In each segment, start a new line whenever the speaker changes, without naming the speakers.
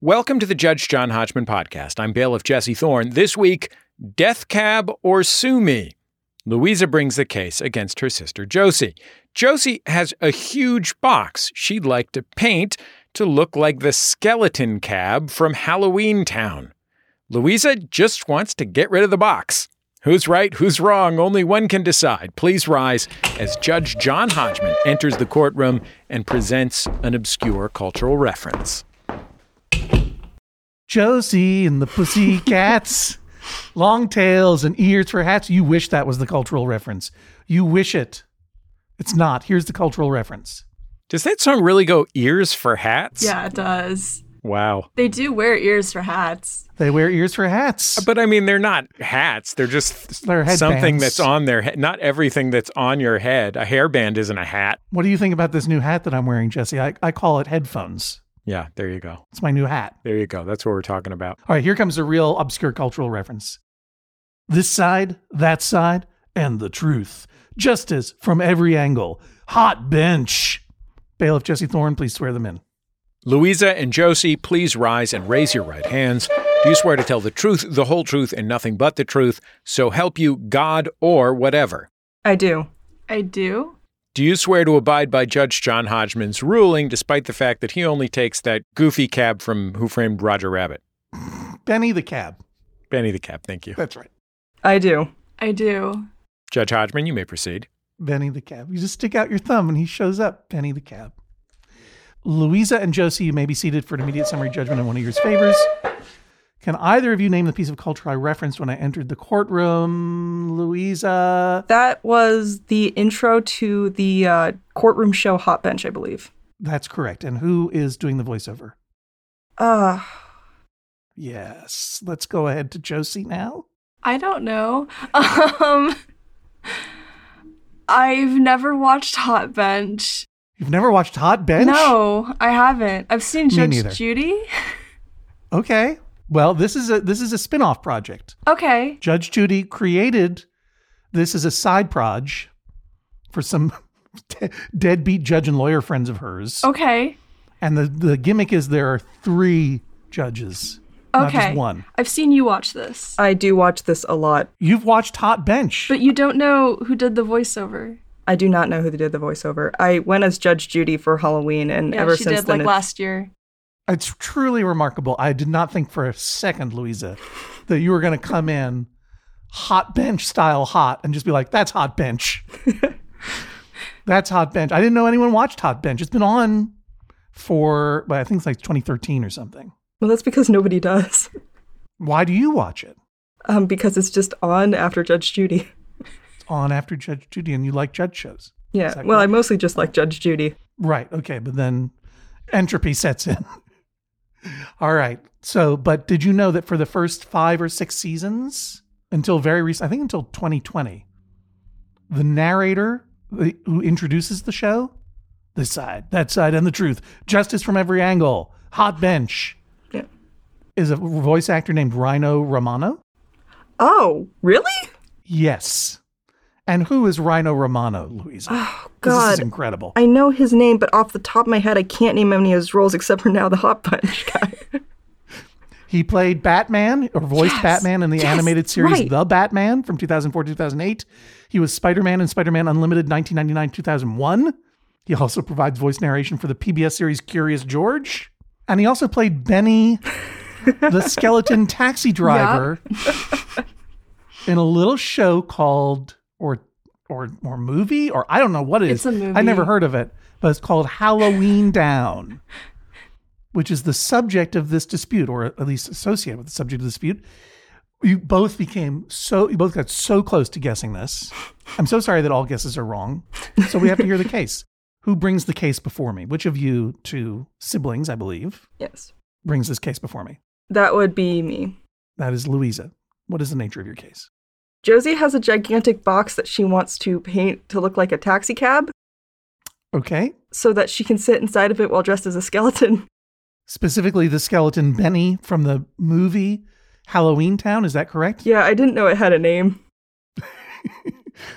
Welcome to the Judge John Hodgman podcast. I'm bailiff Jesse Thorne. This week, Death Cab or Sue Me. Louisa brings the case against her sister Josie. Josie has a huge box she'd like to paint to look like the skeleton cab from Halloween Town. Louisa just wants to get rid of the box. Who's right, who's wrong, only one can decide. Please rise as Judge John Hodgman enters the courtroom and presents an obscure cultural reference.
Josie and the Pussycats. Long tails and ears for hats. You wish that was the cultural reference. You wish it. It's not. Here's the cultural reference.
Does that song really go ears for hats?
Yeah, it does.
Wow.
They do wear ears for hats.
They wear ears for hats.
But I mean, they're not hats. They're just
They're
something
headbands.
that's on their head. Not everything that's on your head. A hairband isn't a hat.
What do you think about this new hat that I'm wearing, Jesse? I, I call it headphones.
Yeah, there you go.
It's my new hat.
There you go. That's what we're talking about.
All right, here comes a real obscure cultural reference. This side, that side, and the truth. Justice from every angle. Hot bench. Bailiff Jesse Thorne, please swear them in.
Louisa and Josie, please rise and raise your right hands. Do you swear to tell the truth, the whole truth, and nothing but the truth? So help you God or whatever.
I do.
I do.
Do you swear to abide by Judge John Hodgman's ruling, despite the fact that he only takes that goofy cab from Who Framed Roger Rabbit?
Benny the cab.
Benny the cab, thank you.
That's right.
I do.
I do.
Judge Hodgman, you may proceed.
Benny the Cab. You just stick out your thumb and he shows up, Benny the Cab. Louisa and Josie, you may be seated for an immediate summary judgment in one of your favors. Can either of you name the piece of culture I referenced when I entered the courtroom? Louisa.
That was the intro to the uh, courtroom show Hot Bench, I believe.
That's correct. And who is doing the voiceover?
Uh,
Yes. Let's go ahead to Josie now.
I don't know. Um I've never watched Hot Bench.
You've never watched Hot Bench?
No, I haven't. I've seen
Me
Judge
neither.
Judy.
Okay. Well, this is a this is a spin-off project.
Okay.
Judge Judy created this as a side proj for some de- deadbeat judge and lawyer friends of hers.
Oh. Okay.
And the, the gimmick is there are three judges, not
Okay.
just one.
I've seen you watch this.
I do watch this a lot.
You've watched Hot Bench.
But you don't know who did the voiceover.
I do not know who did the voiceover. I went as Judge Judy for Halloween, and
Yeah,
ever
she
since
did
then,
like
it's-
last year.
it's truly remarkable. I did not think for a second, Louisa, that you were going to come in Hot Bench style hot and just be like, that's Hot Bench. that's Hot Bench. I didn't know anyone watched Hot Bench. It's been on for, well, I think it's like 2013 or something.
well, that's because nobody does.
Why do you watch it?
Um, because it's just on after Judge Judy.
It's on after Judge Judy, and you like judge shows. Is
Yeah.
that
Well, I
correct?
mostly just like Judge Judy.
Right. Okay. But then entropy sets in. All right. So, but did you know that for the first five or six seasons, until very recent, I think until 2020, the narrator the- who introduces the show, this side, that side, and the truth, justice from every angle, hot bench,
Yeah.
is a voice actor named Rhino Romano?
Oh, really?
Yes. And who is Rhino Romano, Louisa?
Oh
'Cause This is
God.
incredible.
I know his name, but off the top of my head, I can't name any of his roles except for now the Hot Bench guy.
He played Batman or voiced
Yes.
Batman in the
Yes.
animated series
Right.
The Batman from 2004 2008. He was Spider Man in Spider Man Unlimited 1999 2001. He also provides voice narration for the PBS series Curious George. And he also played Benny, the skeleton taxi driver, in a little show called, or, or, or movie, or I don't know what it is.
It's a movie.
I never heard of it, but it's called Halloween Down which is the subject of this dispute, or at least associated with the subject of the dispute. You both became so, you both got so close to guessing this. I'm so sorry that all guesses are wrong. So we have to hear the case. Who brings the case before me? Which of you two siblings, I believe,
yes.
brings this case before me?
That would be me.
That is Louisa. What is the nature of your case?
Josie has a gigantic box that she wants to paint to look like a taxi cab
Okay.
so that she can sit inside of it while dressed as a skeleton.
Specifically, the skeleton Benny from the movie Halloween Town. Is that correct?
Yeah, I didn't know it had a name.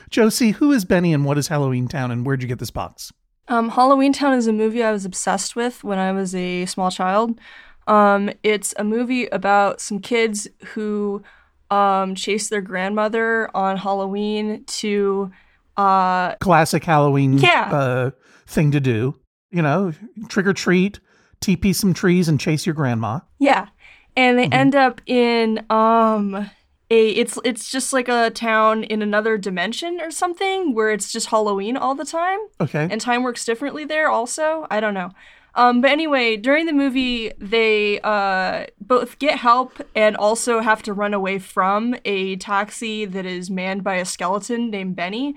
Josie, who is Benny and what is Halloween Town and where'd you get this box?
Um, Halloween Town is a movie I was obsessed with when I was a small child. Um, it's a movie about some kids who um, chase their grandmother on Halloween to. Uh,
Classic Halloween
Yeah.
uh, thing to do. You know, trick or treat, TP some trees and chase your grandma.
yeah, and they end up in um a it's it's just like a town in another dimension or something where it's just Halloween all the time.
Okay.
and time works differently there also i don't know um, but anyway during the movie they uh, both get help and also have to run away from a taxi that is manned by a skeleton named benny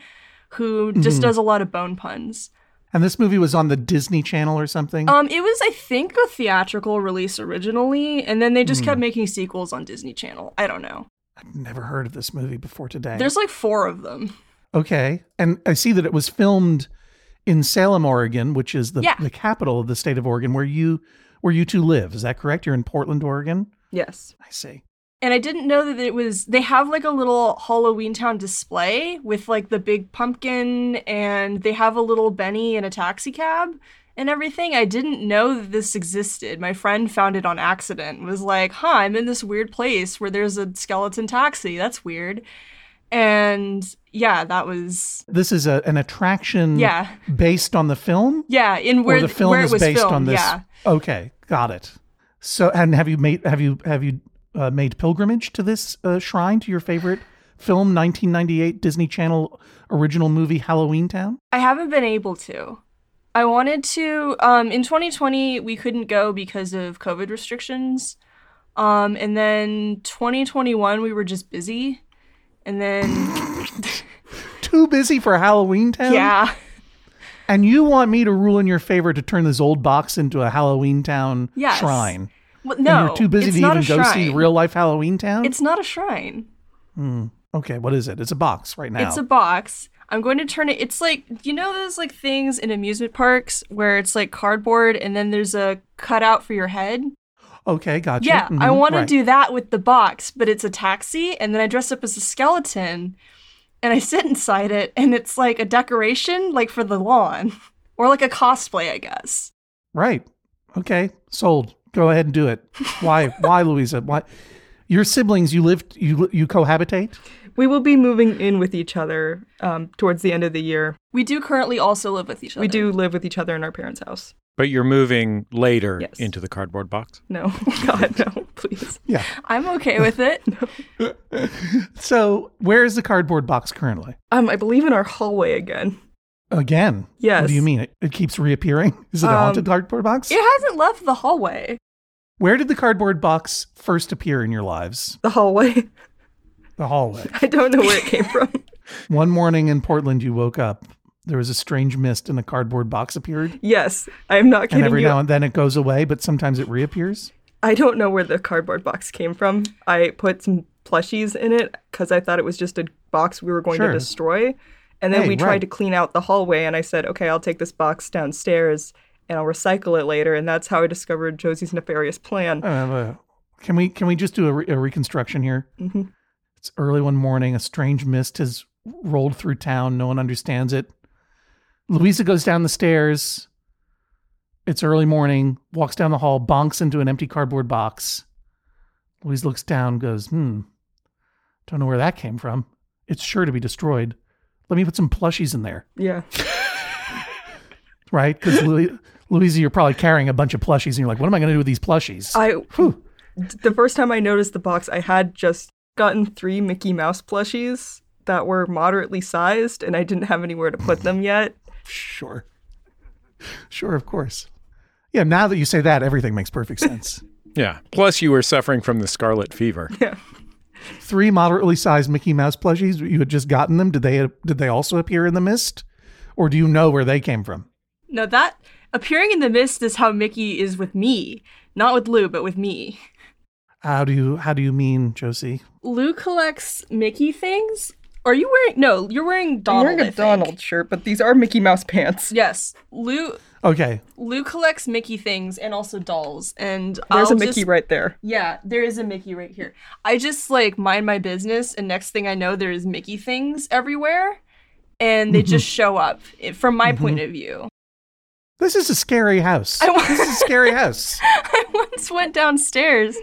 who just does a lot of bone puns
and this movie was on the Disney Channel or something.
um, it was i think a theatrical release originally and then they just kept making sequels on disney channel i don't know
I've never heard of this movie before today.
there's like four of them
Okay. And I see that it was filmed in Salem, Oregon, which is the,
Yeah.
the capital of the state of Oregon, where you where you two live. Is that correct? You're in Portland, Oregon?
Yes.
I see.
and I didn't know that it was. They have like a little Halloween Town display with like the big pumpkin, and they have a little Benny in a taxi cab and everything. I didn't know that this existed. My friend found it on accident. and Was like, "Huh, I'm in this weird place where there's a skeleton taxi. That's weird." And yeah, that was
This is a, an attraction
Yeah.
based on the film?
yeah. In where
or the
th-
film
where
is
it was
based
filmed,
on this.
yeah.
Okay, got it. So and have you made have you have you uh, made pilgrimage to this uh, shrine to your favorite film 1998 Disney Channel original movie Halloween Town?
I haven't been able to. I wanted to. Um, in 2020, we couldn't go because of COVID restrictions. Um, and then 2021, we were just busy. And then,
Too busy for Halloween Town?
yeah,
And you want me to rule in your favor to turn this old box into a Halloween Town
Yes.
shrine?
well, no,
and you're too busy
it's
to
not
even go
a
see
shrine.
real life Halloween Town?
It's not a shrine.
okay, what is it? It's a box right now.
It's a box. I'm going to turn it. It's like you know those like things in amusement parks where it's like cardboard and then there's a cutout for your head.
okay, gotcha.
Yeah, I
Mm-hmm.
Mhm,
want to
right.
do that with the box, but it's a taxi, and then I dress up as a skeleton, and I sit inside it, and it's like a decoration, like for the lawn, or like a cosplay, I guess.
Right. Okay. Sold. Go ahead and do it. Why? why, Louisa? Why? Your siblings, you live, you li- you cohabitate.
We will be moving in with each other um, towards the end of the year.
We do currently also live with each other.
We do live with each other in our parents' house.
But you're moving later
Yes.
into the cardboard box.
No, God, no, please.
Yeah.
I'm okay with it.
So, where is the cardboard box currently?
Um, I believe in our hallway again.
Again.
Yes.
What do you mean? It, it keeps reappearing. Is it a
Um,
haunted cardboard box?
It hasn't left the hallway.
Where did the cardboard box first appear in your lives?
The hallway.
The hallway.
I don't know where it came from.
One morning in Portland, you woke up. There was a strange mist, and the cardboard box appeared.
Yes, I'm not
And
kidding
every
you.
now and then it goes away, but sometimes it reappears.
I don't know where the cardboard box came from. I put some plushies in it because I thought it was just a box we were going
Sure.
to destroy. And then
Hey,
we tried
right.
to clean out the hallway, and I said, okay, I'll take this box downstairs and I'll recycle it later. And that's how I discovered Josie's nefarious plan.
Uh, can we can we just do a, re- a reconstruction here?
Mhm.
It's early one morning. A strange mist has rolled through town. No one understands it. Louisa goes down the stairs. It's early morning. Walks down the hall, bonks into an empty cardboard box. Louise looks down, goes, "Hmm, don't know where that came from. It's sure to be destroyed. Let me put some plushies in there,
Yeah.
right? Because Louisa, you're probably carrying a bunch of plushies, and you're like, what am I going to do with these plushies?
I
Whew.
the first time I noticed the box, I had just gotten three Mickey Mouse plushies that were moderately sized, and I didn't have anywhere to put them yet.
Sure. Sure, of course. Yeah, now that you say that, everything makes perfect sense.
Yeah. Plus, you were suffering from the scarlet fever.
Three moderately sized Mickey Mouse plushies, you had just gotten them. Did they did they also appear in the mist? Or do you know where they came from?
No, that appearing in the mist is how Mickey is with me, not with Lou, but with me.
How do you how do you mean, Josie?
Lou collects Mickey things. Are you wearing? No, you're wearing Donald.
I'm
I
wearing a
think.
Donald shirt, but these are Mickey Mouse pants.
Yes, Lou
Okay.
Lou collects Mickey things and also dolls. And
There's
I'll
a Mickey
just-
right there.
Yeah, there is a Mickey right here. I just like mind my business, and next thing I know, there is Mickey things everywhere, and they just show up eh, i-
Mm-hmm.
from my point of view.
This is a scary house.
I wa-
this is a scary house.
I once went downstairs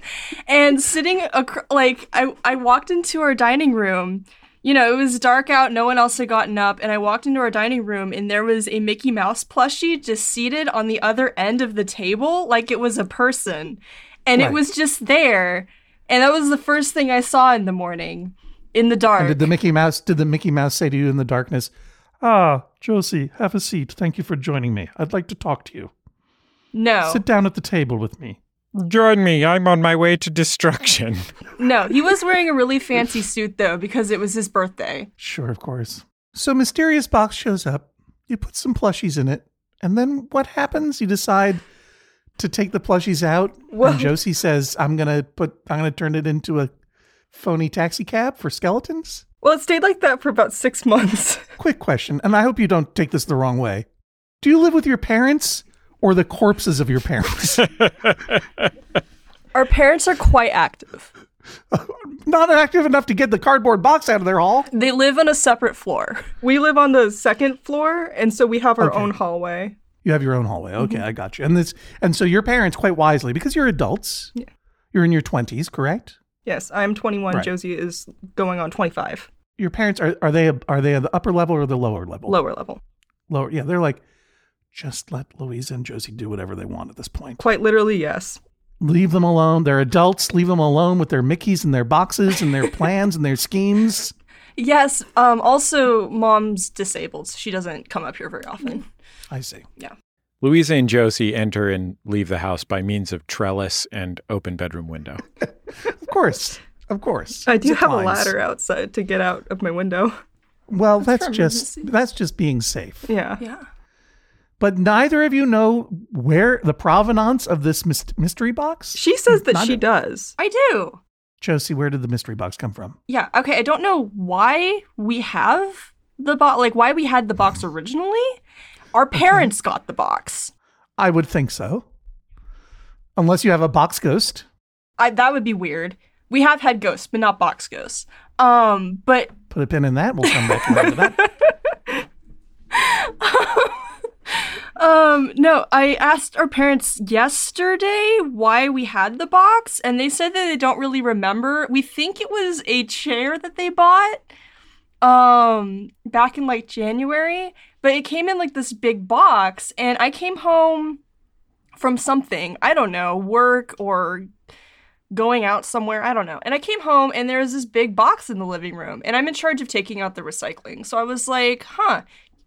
and sitting acro- like I, I walked into our dining room you know it was dark out no one else had gotten up and i walked into our dining room and there was a mickey mouse plushie just seated on the other end of the table like it was a person and
Right.
it was just there and that was the first thing i saw in the morning in the dark
And did the Mickey Mouse did the Mickey Mouse say to you in the darkness, "Ah, Josie, have a seat. Thank you for joining me. I'd like to talk to you.
no
Sit down at the table with me."
Join me. I'm on my way to destruction.
no he was wearing a really fancy suit though because it was his birthday
Sure, of course. So mysterious box shows up. You put some plushies in it, and then what happens? You decide to take the plushies out.
Well-
and Josie says, "I'm gonna put. I'm gonna turn it into a phony taxi cab for skeletons."
Well, it stayed like that for about six months.
Quick question, and I hope you don't take this the wrong way. Do you live with your parents or the corpses of your parents?
our parents are quite active
Not active enough to get the cardboard box out of their hall.
they live on a separate floor
We live on the second floor, and so we have our own hallway.
You have your own hallway.
Mm-hmm.
Okay, I got you. And this, and so your parents, quite wisely, because you're adults,
Yeah.
you're in your twenties, correct?
Yes, I'm 21.
Right.
Josie is going on 25,
Your parents are are they are they at the upper level or the lower level?
lower level.
Lower. Yeah, they're like, just let Louisa and Josie do whatever they want at this point.
Quite literally, yes.
Leave them alone. They're adults. Leave them alone with their Mickey's and their boxes and their plans and their schemes.
Yes. Um, also, mom's disabled. so She doesn't come up here very often.
I see.
Louisa and Josie enter and leave the house by means of trellis and open bedroom window.
Of course, of course.
I do
Zip
have a
lines.
ladder outside to get out of my window.
Well, that's
for
just
emergency.
that's just being safe.
Yeah.
Yeah.
But neither of you know where the provenance of this mys- mystery box.
She says that she
Neither-
does.
I do.
Josie, where did the mystery box come from?
Yeah. Okay. I don't know why we have the box, like why we had the box originally. Our parents got the box.
I would think so. Unless you have a box ghost.
I, that would be weird. We have had ghosts, but not box ghosts. Um, but
Put a pin in that. We'll come back around to that.
um, no, I asked our parents yesterday why we had the box, and they said that they don't really remember. We think it was a chair that they bought um back in like January, but it came in like this big box, and I came home from something, I don't know, work or going out somewhere, I don't know. And I came home and there was this big box in the living room, and I'm in charge of taking out the recycling. So I was like, huh,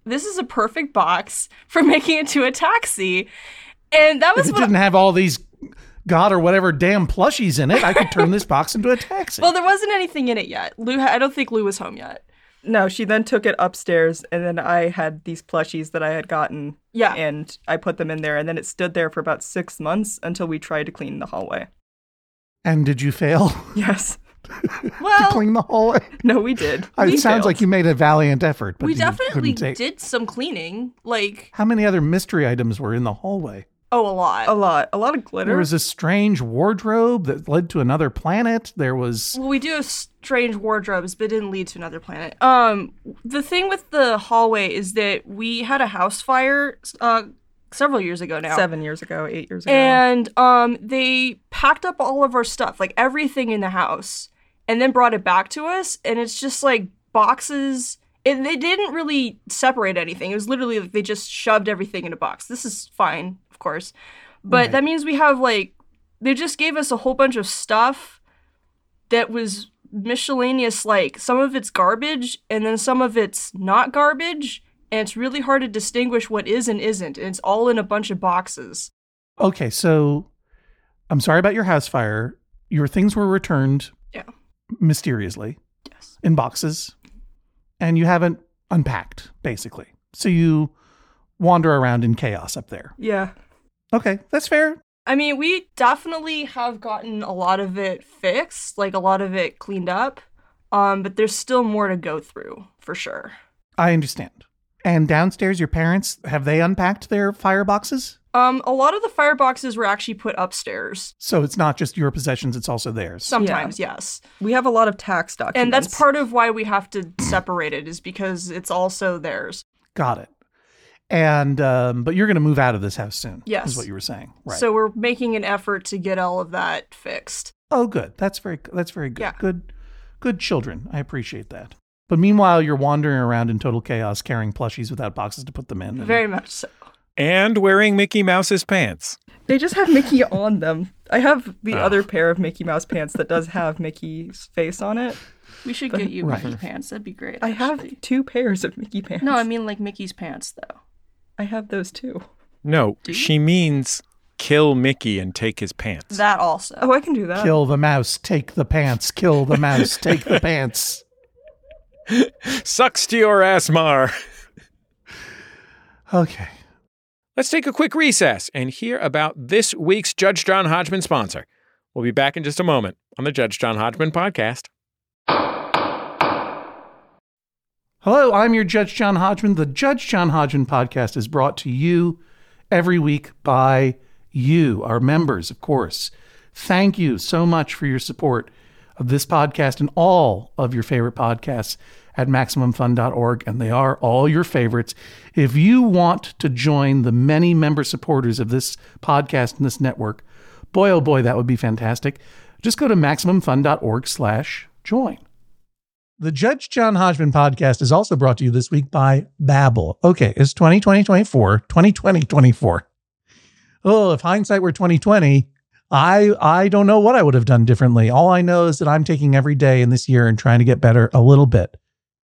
this is a perfect box for making it to a taxi. And that
If
was
it
what
didn't have all these god or whatever damn plushies in it, I could turn this box into a taxi.
well, there wasn't anything in it yet. Lou, ha- I don't think Lou was home yet.
No, she then took it upstairs, and then I had these plushies that I had gotten,
Yeah.
and I put them in there, and then it stood there for about six months until we tried to clean the hallway.
and did you fail
Yes.
to
well,
clean the hallway?
No, we did.
It
We
sounds like
failed.
you made a valiant effort, but
we
you
definitely
couldn't take-
did some cleaning, like
How many other mystery items were in the hallway?
oh, a lot.
a lot, a lot of
There
glitter.
was a strange wardrobe that led to another planet. There was
Well, we do have strange wardrobes, but it didn't lead to another planet. Um, the thing with the hallway is that we had a house fire uh, several years ago now.
seven years ago, eight years ago.
And um, they packed up all of our stuff, like everything in the house, and then brought it back to us. And it's just like boxes. And they didn't really separate anything. It was literally like they just shoved everything in a box. This is fine, of course. But that means we have like, they just gave us a whole bunch of stuff that was miscellaneous like some of it's garbage and then some of it's not garbage and it's really hard to distinguish what is and isn't and it's all in a bunch of boxes
Okay, so I'm sorry about your house fire. Your things were returned
Yeah.
mysteriously
Yes.
in boxes, and you haven't unpacked, basically. So you wander around in chaos up there.
yeah.
Okay, that's fair.
I mean, we definitely have gotten a lot of it fixed, like a lot of it cleaned up. Um, but there's still more to go through for sure.
I understand. And downstairs, your parents have they unpacked their fireboxes?
Um, a lot of the fireboxes were actually put upstairs.
So it's not just your possessions, it's also theirs.
Sometimes, yes.
We have a lot of tax documents.
And that's part of why we have to separate it is because it's also theirs.
Got it. And um, but you're going to move out of this house soon.
Yes.
is what you were saying. Right.
So we're making an effort to get all of that fixed.
Oh, good. That's very that's very good.
Yeah.
Good, good children. I appreciate that. But meanwhile, you're wandering around in total chaos, carrying plushies without boxes to put them in. and-
Very much so.
and wearing Mickey Mouse's pants.
They just have Mickey on them. I have the
Oh.
other pair of Mickey Mouse pants that does have Mickey's face on it.
We should get you
Right.
Mickey pants. That'd be great.
I have
actually.
two pairs of Mickey pants.
No, I mean like Mickey's pants though.
I have those too.
No, she means kill Mickey and take his pants.
That also.
Oh, I can do that.
Kill the mouse, take the pants. Kill the mouse, take the pants.
Sucks to your ass, Mar.
Okay.
Let's take a quick recess and hear about this week's Judge John Hodgman sponsor. We'll be back in just a moment on the Judge John Hodgman podcast.
Hello, I'm your Judge John Hodgman. The Judge John Hodgman podcast is brought to you every week by you, our members, of course. Thank you so much for your support of this podcast and all of your favorite podcasts at MaximumFun.org, and they are all your favorites. If you want to join the many member supporters of this podcast and this network, boy, oh boy, that would be fantastic. Just go to MaximumFun.org slash join. The Judge John Hodgman podcast is also brought to you this week by Babbel. Okay, it's 2020 24, 2020 24. Oh, if hindsight were 2020, I I don't know what I would have done differently. All I know is that I'm taking every day in this year and trying to get better a little bit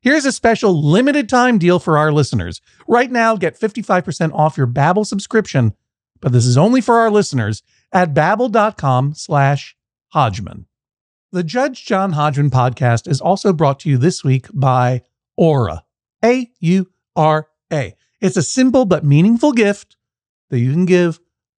Here's a special limited time deal for our listeners. Right now, get 55% off your Babbel subscription, but this is only for our listeners at babbel.com slash Hodgman. The Judge John Hodgman podcast is also brought to you this week by Aura. A U R A. It's a simple but meaningful gift that you can give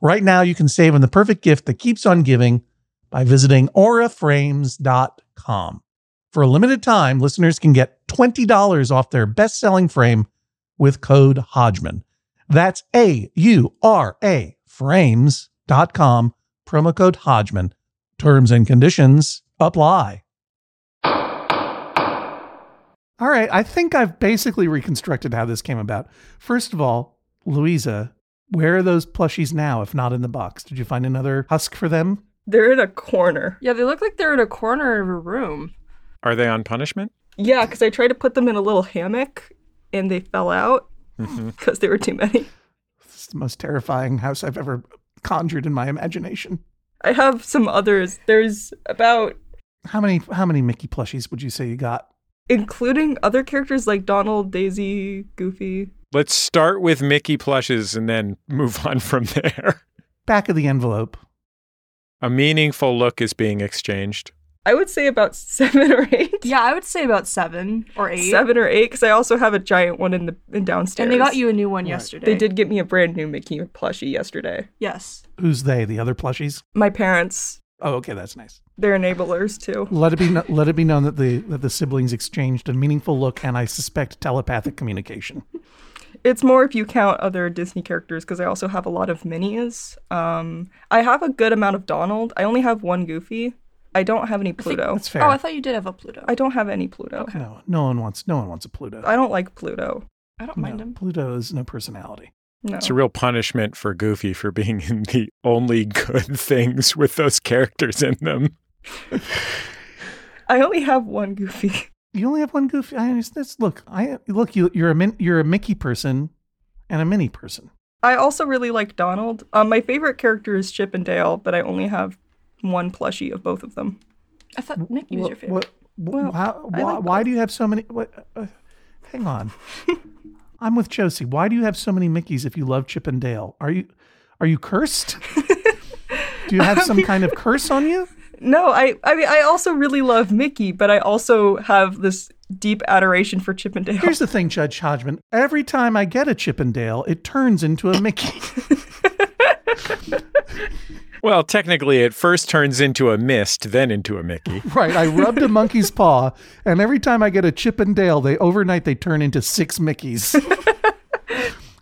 Right now, you can save on the perfect gift that keeps on giving by visiting auraframes.com. For a limited time, listeners can get $20 off their best selling frame with code Hodgman. That's A U R A frames.com, promo code Hodgman. Terms and conditions apply. All right. I think I've basically reconstructed how this came about. First of all, Louisa, where are those plushies now, if not in the box? Did you find another husk for them?
They're in a corner.
Yeah, they look like they're in a corner of a room.
Are they on punishment?
Yeah, because I tried to put them in a little hammock and they fell out
Mm-hmm.
because there were too many.
It's the most terrifying house I've ever conjured in my imagination.
I have some others. There's about,
How many how many Mickey plushies would you say you got?
including other characters like Donald, Daisy, Goofy.
Let's start with Mickey plushes and then move on from there.
Back of the envelope.
A meaningful look is being exchanged.
I would say about seven or eight.
Yeah, I would say about seven or eight.
Seven or eight, because I also have a giant one in the in downstairs.
And they got you a new one yesterday.
They did get me a brand new Mickey plushie yesterday.
Yes.
Who's they? The other plushies?
My parents,
Oh, okay, that's nice.
they're enablers too.
Let it be kno- let it be known that the that the siblings exchanged a meaningful look and I suspect telepathic communication.
It's more if you count other Disney characters, because I also have a lot of minis. Um, I have a good amount of Donald. I only have one Goofy. I don't have any Pluto.
That's fair.
Oh, I thought you did have a Pluto.
I don't have any Pluto.
no, no one wants no one wants a Pluto.
I don't like Pluto.
I don't
No,
mind him.
Pluto is no personality.
No.
It's a real punishment for Goofy for being in the only good things with those characters in them.
I only have one Goofy.
You only have one goofy. I understand. This. Look, I look. You, you're a min, you're a Mickey person, and a Minnie person.
I also really like Donald. Um, my favorite character is Chip and Dale, but I only have one plushie of both of them.
I thought Mickey was your favorite.
What,
Well,
how,
I
why,
like
why do you have so many? What, uh, hang on. I'm with Josie. Why do you have so many Mickeys if you love Chip and Dale? Are you are you cursed? do you have some kind of curse on you?
No, I I mean I also really love Mickey, but I also have this deep adoration for Chip and Dale.
Here's the thing, Judge Hodgman. Every time I get a Chip and Dale, it turns into a Mickey.
Well, technically, it first turns into a mist, then into a Mickey.
right. I rubbed a monkey's paw, and every time I get a Chip and Dale, they overnight they turn into six Mickeys.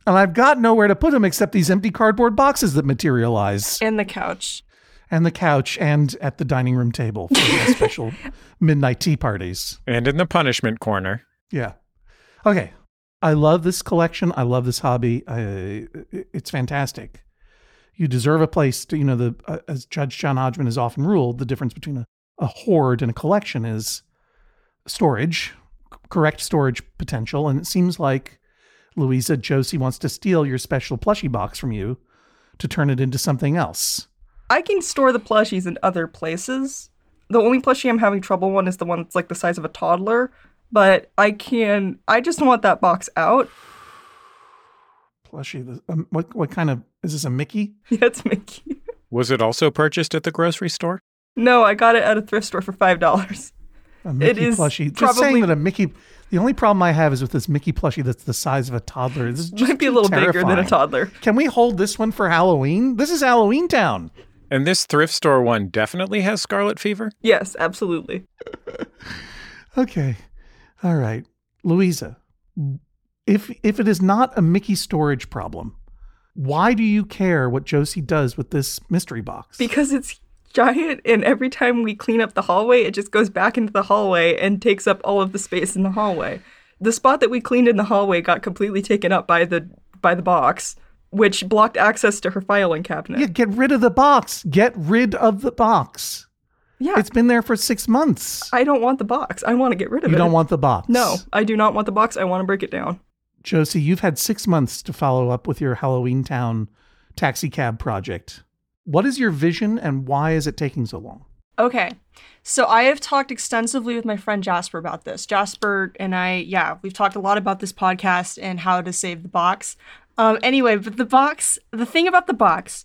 and I've got nowhere to put them except these empty cardboard boxes that materialize.
And the couch.
and the couch and at the dining room table for the special midnight tea parties.
And in the punishment corner,
Yeah. Okay. I love this collection. I love this hobby. I, it's fantastic. You deserve a place to, you know, the uh, as Judge John Hodgman has often ruled, the difference between a, a hoard and a collection is storage, c- correct storage potential. And it seems like Louisa Josie wants to steal your special plushie box from you to turn it into something else.
I can store the plushies in other places. The only plushie I'm having trouble on is the one that's like the size of a toddler, but I can I just want that box out.
plushie. The, um, what what kind of is this a Mickey?
Yeah, it's Mickey.
was it also purchased at the grocery store?
No, I got it at a thrift store for five dollars.
A Mickey
is
plushie. Just
probably-
saying that a Mickey. The only problem I have is with this Mickey plushie that's the size of a toddler. This is just
Might be a
too
little bigger than
terrifying.
a toddler.
Can we hold this one for Halloween? This is Halloween Town.
And this thrift store one definitely has scarlet fever.
Yes, absolutely.
Okay, all right, Louisa. If if it is not a Mickey storage problem, why do you care what Josie does with this mystery box?
Because it's giant and every time we clean up the hallway, it just goes back into the hallway and takes up all of the space in the hallway. The spot that we cleaned in the hallway got completely taken up by the by the box, which blocked access to her filing cabinet.
yeah, get rid of the box. Get rid of the box.
Yeah,
It's been there for six months.
I don't want the box. I want to get rid of
You
it.
don't want the box.
No, I do not want the box. I want to break it down.
Josie, you've had six months to follow up with your Halloween Town taxi cab project. What is your vision and why is it taking so long?
Okay. So I have talked extensively with my friend Jasper about this. Jasper and I, yeah, we've talked a lot about this podcast and how to save the box. Um, anyway, but the box, the thing about the box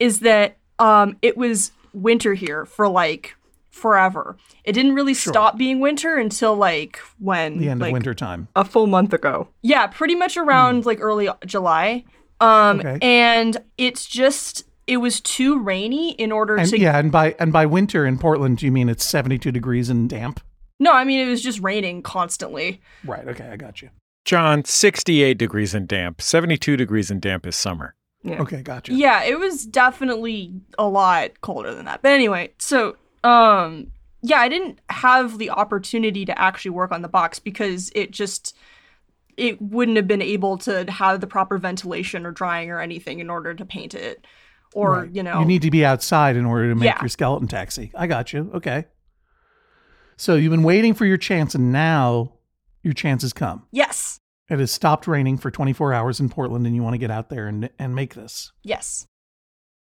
is that um, it was winter here for like forever. It didn't really stop being winter until like when
The end
like,
of winter time.
A full month ago.
yeah, pretty much around like early July. Um,
Hmm. Okay.
and it's just it was too rainy in order
And
to
yeah, and by and by winter in Portland, do you mean it's 72 degrees and damp?
No, I mean it was just raining constantly.
Right. Okay, I got you.
John, 68 degrees and damp. 72 degrees and damp is summer.
Yeah.
Okay, gotcha.
Yeah, it was definitely a lot colder than that. But anyway, so um yeah, I didn't have the opportunity to actually work on the box because it just it wouldn't have been able to have the proper ventilation or drying or anything in order to paint it. Or,
Right.
you know,
you need to be outside in order to make
Yeah.
your skeleton taxi. I got you. Okay. So you've been waiting for your chance, and now your chance has come.
yes.
It has stopped raining for 24 hours in Portland, and you want to get out there and, and make this.
Yes.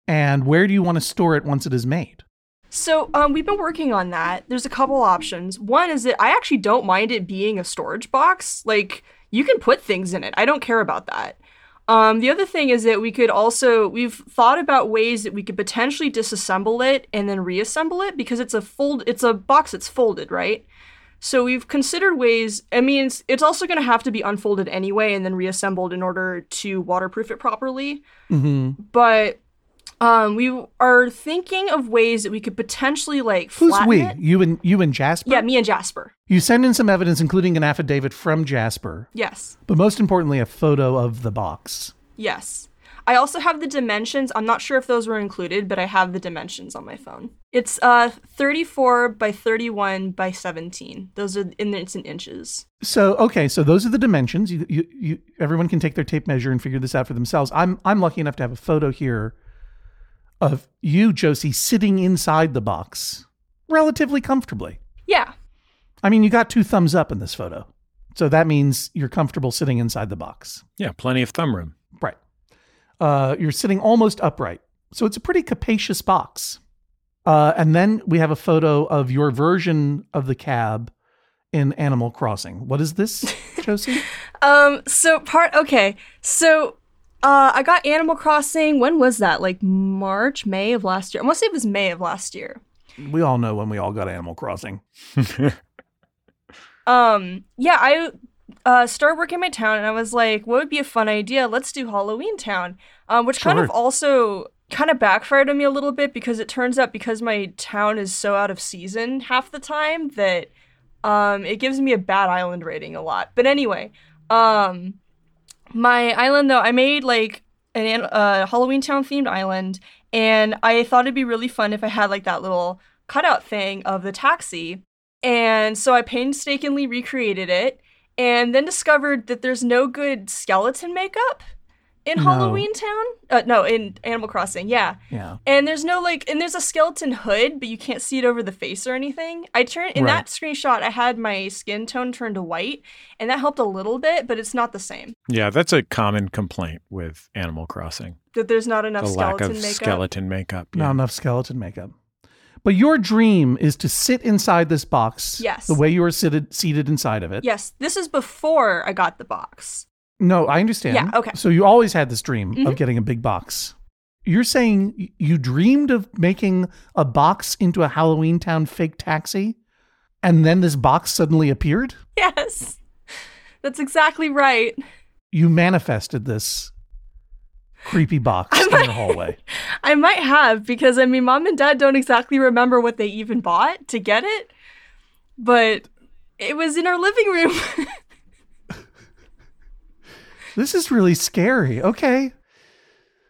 And where do you want to store it once it is made?
So um, we've been working on that. There's a couple options. One is that I actually don't mind it being a storage box. Like you can put things in it. I don't care about that. Um, the other thing is that we could also we've thought about ways that we could potentially disassemble it and then reassemble it because it's a fold it's a box that's folded, right? So we've considered ways. I mean, it's, it's also going to have to be unfolded anyway and then reassembled in order to waterproof it properly.
Mm-hmm.
But um, we are thinking of ways that we could potentially like
Who's
flatten
we?
it.
You and you and Jasper.
Yeah, me and Jasper.
You send in some evidence, including an affidavit from Jasper,
Yes.
but most importantly, a photo of the box.
Yes. I also have the dimensions. I'm not sure if those were included, but I have the dimensions on my phone. It's uh 34 by 31 by 17. Those are in it's in inches.
So okay, so those are the dimensions. You, you, you, everyone can take their tape measure and figure this out for themselves. I'm I'm lucky enough to have a photo here of you, Josie, sitting inside the box, relatively comfortably.
Yeah.
I mean, you got two thumbs up in this photo, so that means you're comfortable sitting inside the box.
Yeah, plenty of thumb room.
Right. Uh, you're sitting almost upright. So it's a pretty capacious box. Uh, and then we have a photo of your version of the cab in Animal Crossing. What is this, Josie?
Um so part okay. So uh I got Animal Crossing. When was that? Like March, May of last year. I want to say it was May of last year.
we all know when we all got Animal Crossing.
Um yeah, I uh started working my town and I was like, what would be a fun idea? Let's do Halloween Town. Um which kind of
Sure.
also kind of backfired on me a little bit because it turns out because my town is so out of season half the time that um it gives me a bad island rating a lot. But anyway, um my island though, I made like an an uh, Halloween Town themed island and I thought it'd be really fun if I had like that little cutout thing of the taxi. And so I painstakingly recreated it and then discovered that there's no good skeleton makeup in
No.
Halloween Town. Uh, no, in Animal Crossing, yeah.
Yeah.
And there's no like, and there's a skeleton hood, but you can't see it over the face or anything. I turned in
Right.
that screenshot, I had my skin tone turned to white, and that helped a little bit, but it's not the same.
Yeah, that's a common complaint with Animal Crossing.
That there's not enough
the lack
skeleton
of
makeup.
skeleton makeup.
Not
Yeah.
enough skeleton makeup. But your dream is to sit inside this box
Yes.
the way you are seated, seated inside of it.
Yes, this is before I got the box.
No, I understand.
Yeah, okay. Mm-hmm.
So you always had this dream of getting a big box. You're saying y- you dreamed of making a box into a Halloween Town fake taxi, and then this box suddenly appeared?
Yes, that's exactly right.
You manifested this creepy box in your hallway.
I might have because I mean, mom and dad don't exactly remember what they even bought to get it, but it was in our living room.
This is really scary. Okay.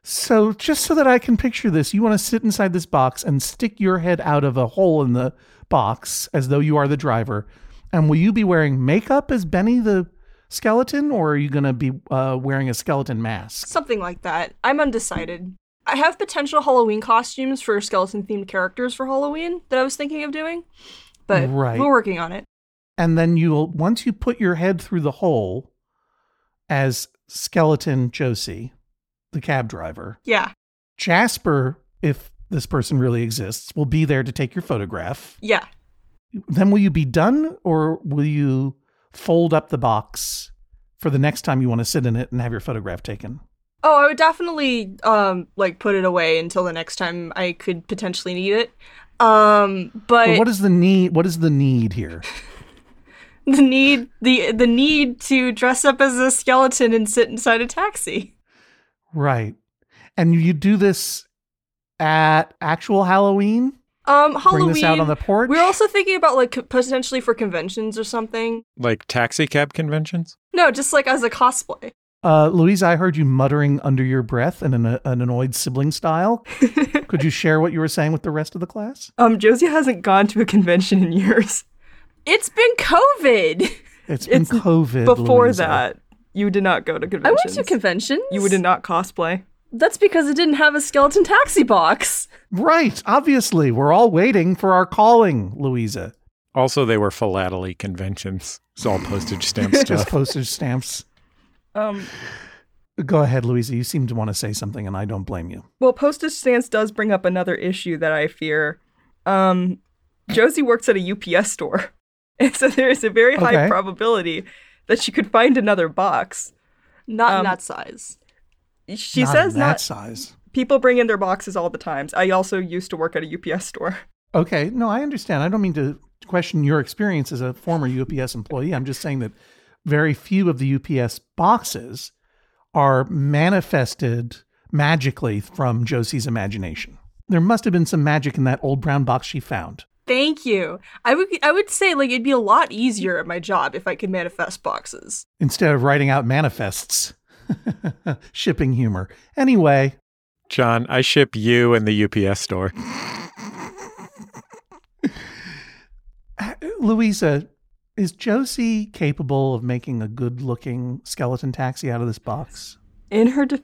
So, just so that I can picture this, you want to sit inside this box and stick your head out of a hole in the box as though you are the driver. And will you be wearing makeup as Benny the skeleton, or are you going to be uh, wearing a skeleton mask?
something like that. I'm undecided. I have potential Halloween costumes for skeleton themed characters for Halloween that I was thinking of doing, but
Right.
we're working on it.
And then you'll, once you put your head through the hole as skeleton Josie, the cab driver,
Yeah.
Jasper, if this person really exists, will be there to take your photograph.
Yeah.
then will you be done or will you fold up the box for the next time you want to sit in it and have your photograph taken?
Oh, I would definitely um like put it away until the next time I could potentially need it. Um but
But what is the need what is the need here?
the need the the need to dress up as a skeleton and sit inside a taxi.
Right. And you do this at actual Halloween?
Um Halloween
Bring this out on the porch?
We're also thinking about like co- potentially for conventions or something.
Like taxi cab conventions?
No, just like as a cosplay.
uh, Louise, I heard you muttering under your breath in an, uh, an annoyed sibling style. Could you share what you were saying with the rest of the class?
Um, Josie hasn't gone to a convention in years.
It's been COVID.
It's been
It's
COVID.
Before
Louisa.
that, you did not go to
I went
conventions.
to conventions.
You did not cosplay.
That's because it didn't have a skeleton taxi box.
Right. Obviously, we're all waiting for our calling, Louisa.
Also, they were philately conventions. It's all postage stamp
Just
stuff.
postage stamps.
Um,
Go ahead, Louisa. You seem to want to say something, and I don't blame you.
well, postage stamps does bring up another issue that I fear. Um, Josie works at a UPS store, and so there is a very high
Okay.
probability that she could find another box.
Not
Um,
in that size.
she
not
says
in that
not
size.
people bring in their boxes all the times. I also used to work at a UPS store.
Okay, no, I understand. I don't mean to question your experience as a former UPS employee. I'm just saying that very few of the UPS boxes are manifested magically from Josie's imagination. There must have been some magic in that old brown box she found.
Thank you. I would I would say like it'd be a lot easier at my job if I could manifest boxes.
instead of writing out manifests. Shipping humor. Anyway,
John, I ship you and the UPS store.
Louisa, is Josie capable of making a good looking skeleton taxi out of this box?
In her de-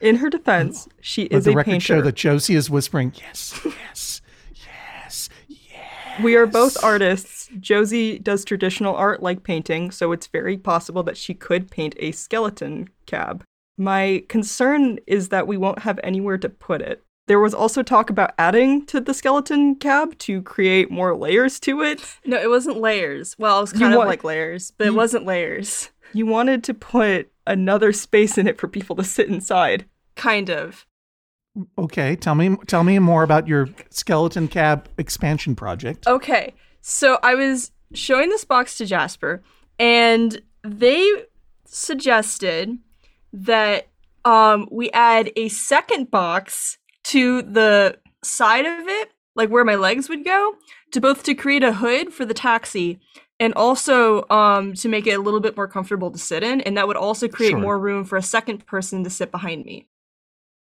in her defense, she
Let
is
the
a
record show
painter.
that Josie is whispering, yes, yes, yes, yes.
we are both artists. Josie does traditional art like painting, so it's very possible that she could paint a skeleton cab. My concern is that we won't have anywhere to put it. There was also talk about adding to the skeleton cab to create more layers to it.
No, it wasn't layers. Well, it was
You
kind of
want-
like layers, but it
you-
wasn't layers.
You wanted to put another space in it for people to sit inside.
Kind of.
Okay, tell me tell me more about your skeleton cab expansion project.
Okay. So I was showing this box to Jasper, and they suggested that um, we add a second box to the side of it, like where my legs would go, to both to create a hood for the taxi and also um, to make it a little bit more comfortable to sit in. And that would also create
Sure.
more room for a second person to sit behind me.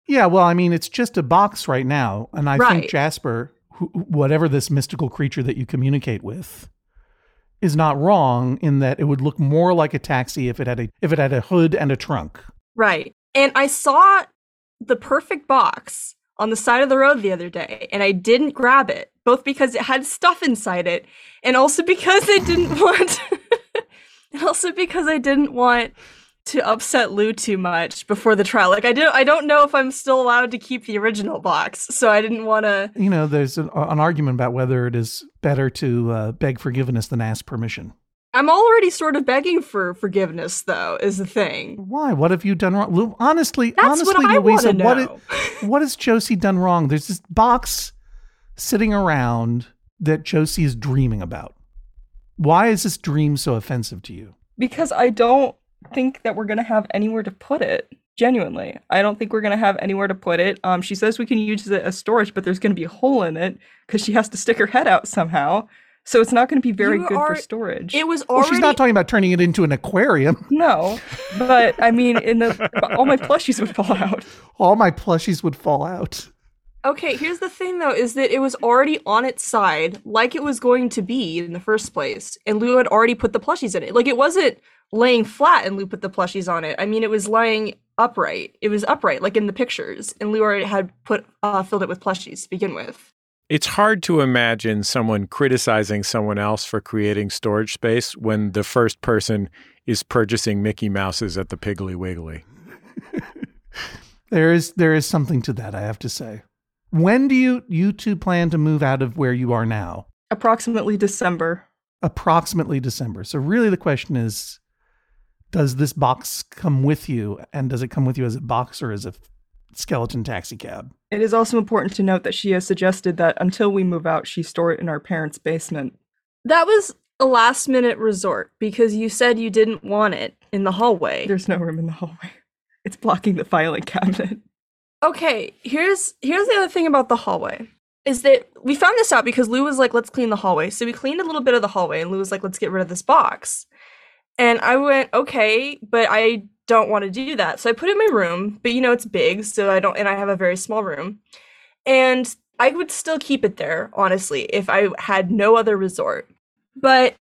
Yeah, well, I mean, it's just a box right now, and I
Right.
think Jasper, who, whatever this mystical creature that you communicate with, is not wrong in that it would look more like a taxi if it had a if it had a hood and a trunk.
Right. And I saw the perfect box on the side of the road the other day, and I didn't grab it, both because it had stuff inside it, and also because I didn't want, and also because I didn't want to upset Lou too much before the trial. Like I do, I don't know if I'm still allowed to keep the original box, so I didn't want to.
You know, there's an, an argument about whether it is better to uh, beg forgiveness than ask permission.
I'm already sort of begging for forgiveness, though, is the thing.
Why? What have you done wrong, Lou? Honestly,
That's
honestly,
what I want
Louisa,
to know.
what it- what has Josie done wrong? There's this box sitting around that Josie is dreaming about. Why is this dream so offensive to you?
Because I don't think that we're going to have anywhere to put it. Genuinely, I don't think we're going to have anywhere to put it. Um, she says we can use it as storage, but there's going to be a hole in it because she has to stick her head out somehow. So it's not going to be very
You
good
are-
for storage.
it was
Well,
already.
she's not talking about turning it into an aquarium.
no, but I mean, in the all my plushies would fall out.
All my plushies would fall out.
Okay, here's the thing though, is that it was already on its side, like it was going to be in the first place, and Lou had already put the plushies in it. Like it wasn't laying flat and Lou put the plushies on it. I mean, it was lying upright. It was upright, like in the pictures, and Lou already had put uh, filled it with plushies to begin with.
It's hard to imagine someone criticizing someone else for creating storage space when the first person is purchasing Mickey Mouse's at the Piggly Wiggly.
There is there is something to that, I have to say. When do you you two plan to move out of where you are now?
Approximately December.
Approximately December. So really the question is does this box come with you and does it come with you as a box or as a skeleton taxi cab?
It is also important to note that she has suggested that until we move out, she store it in our parents' basement.
That was a last minute resort because you said you didn't want it in the hallway.
There's no room in the hallway. It's blocking the filing cabinet.
Okay, here's here's the other thing about the hallway is that we found this out because Lou was like, "Let's clean the hallway." So we cleaned a little bit of the hallway, and Lou was like, "Let's get rid of this box." And I went, "Okay, but I don't want to do that." So I put it in my room, but you know it's big, so I don't, and I have a very small room, and I would still keep it there, honestly, if I had no other resort. But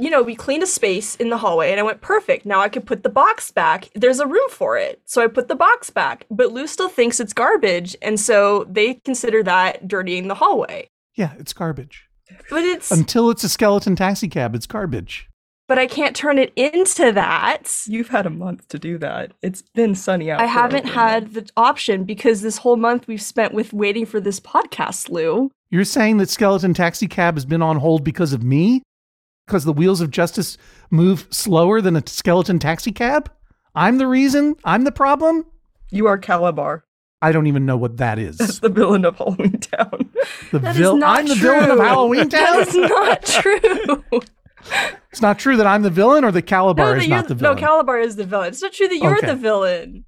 you know, we cleaned a space in the hallway and I went, perfect. Now I could put the box back. There's a room for it. So I put the box back. But Lou still thinks it's garbage. And so they consider that dirtying the hallway.
Yeah, it's garbage.
But it's,
Until it's a skeleton taxi cab, it's garbage.
but I can't turn it into that.
You've had a month to do that. It's been sunny out.
I
for
haven't
over a
had
month.
the option because this whole month we've spent with waiting for this podcast, Lou.
You're saying that skeleton taxi cab has been on hold because of me? Because the wheels of justice move slower than a skeleton taxi cab? I'm the reason? I'm the problem?
You are Calabar.
I don't even know what that is.
That's the villain of Halloween Town.
The
That is
vil-
not
I'm the villain of
true.
Halloween Town.
That's not true.
it's not true that I'm the villain or the
no,
Calabar
that
is
you're
not the villain.
no, Calabar is the villain. It's not true that you're
Okay.
the villain.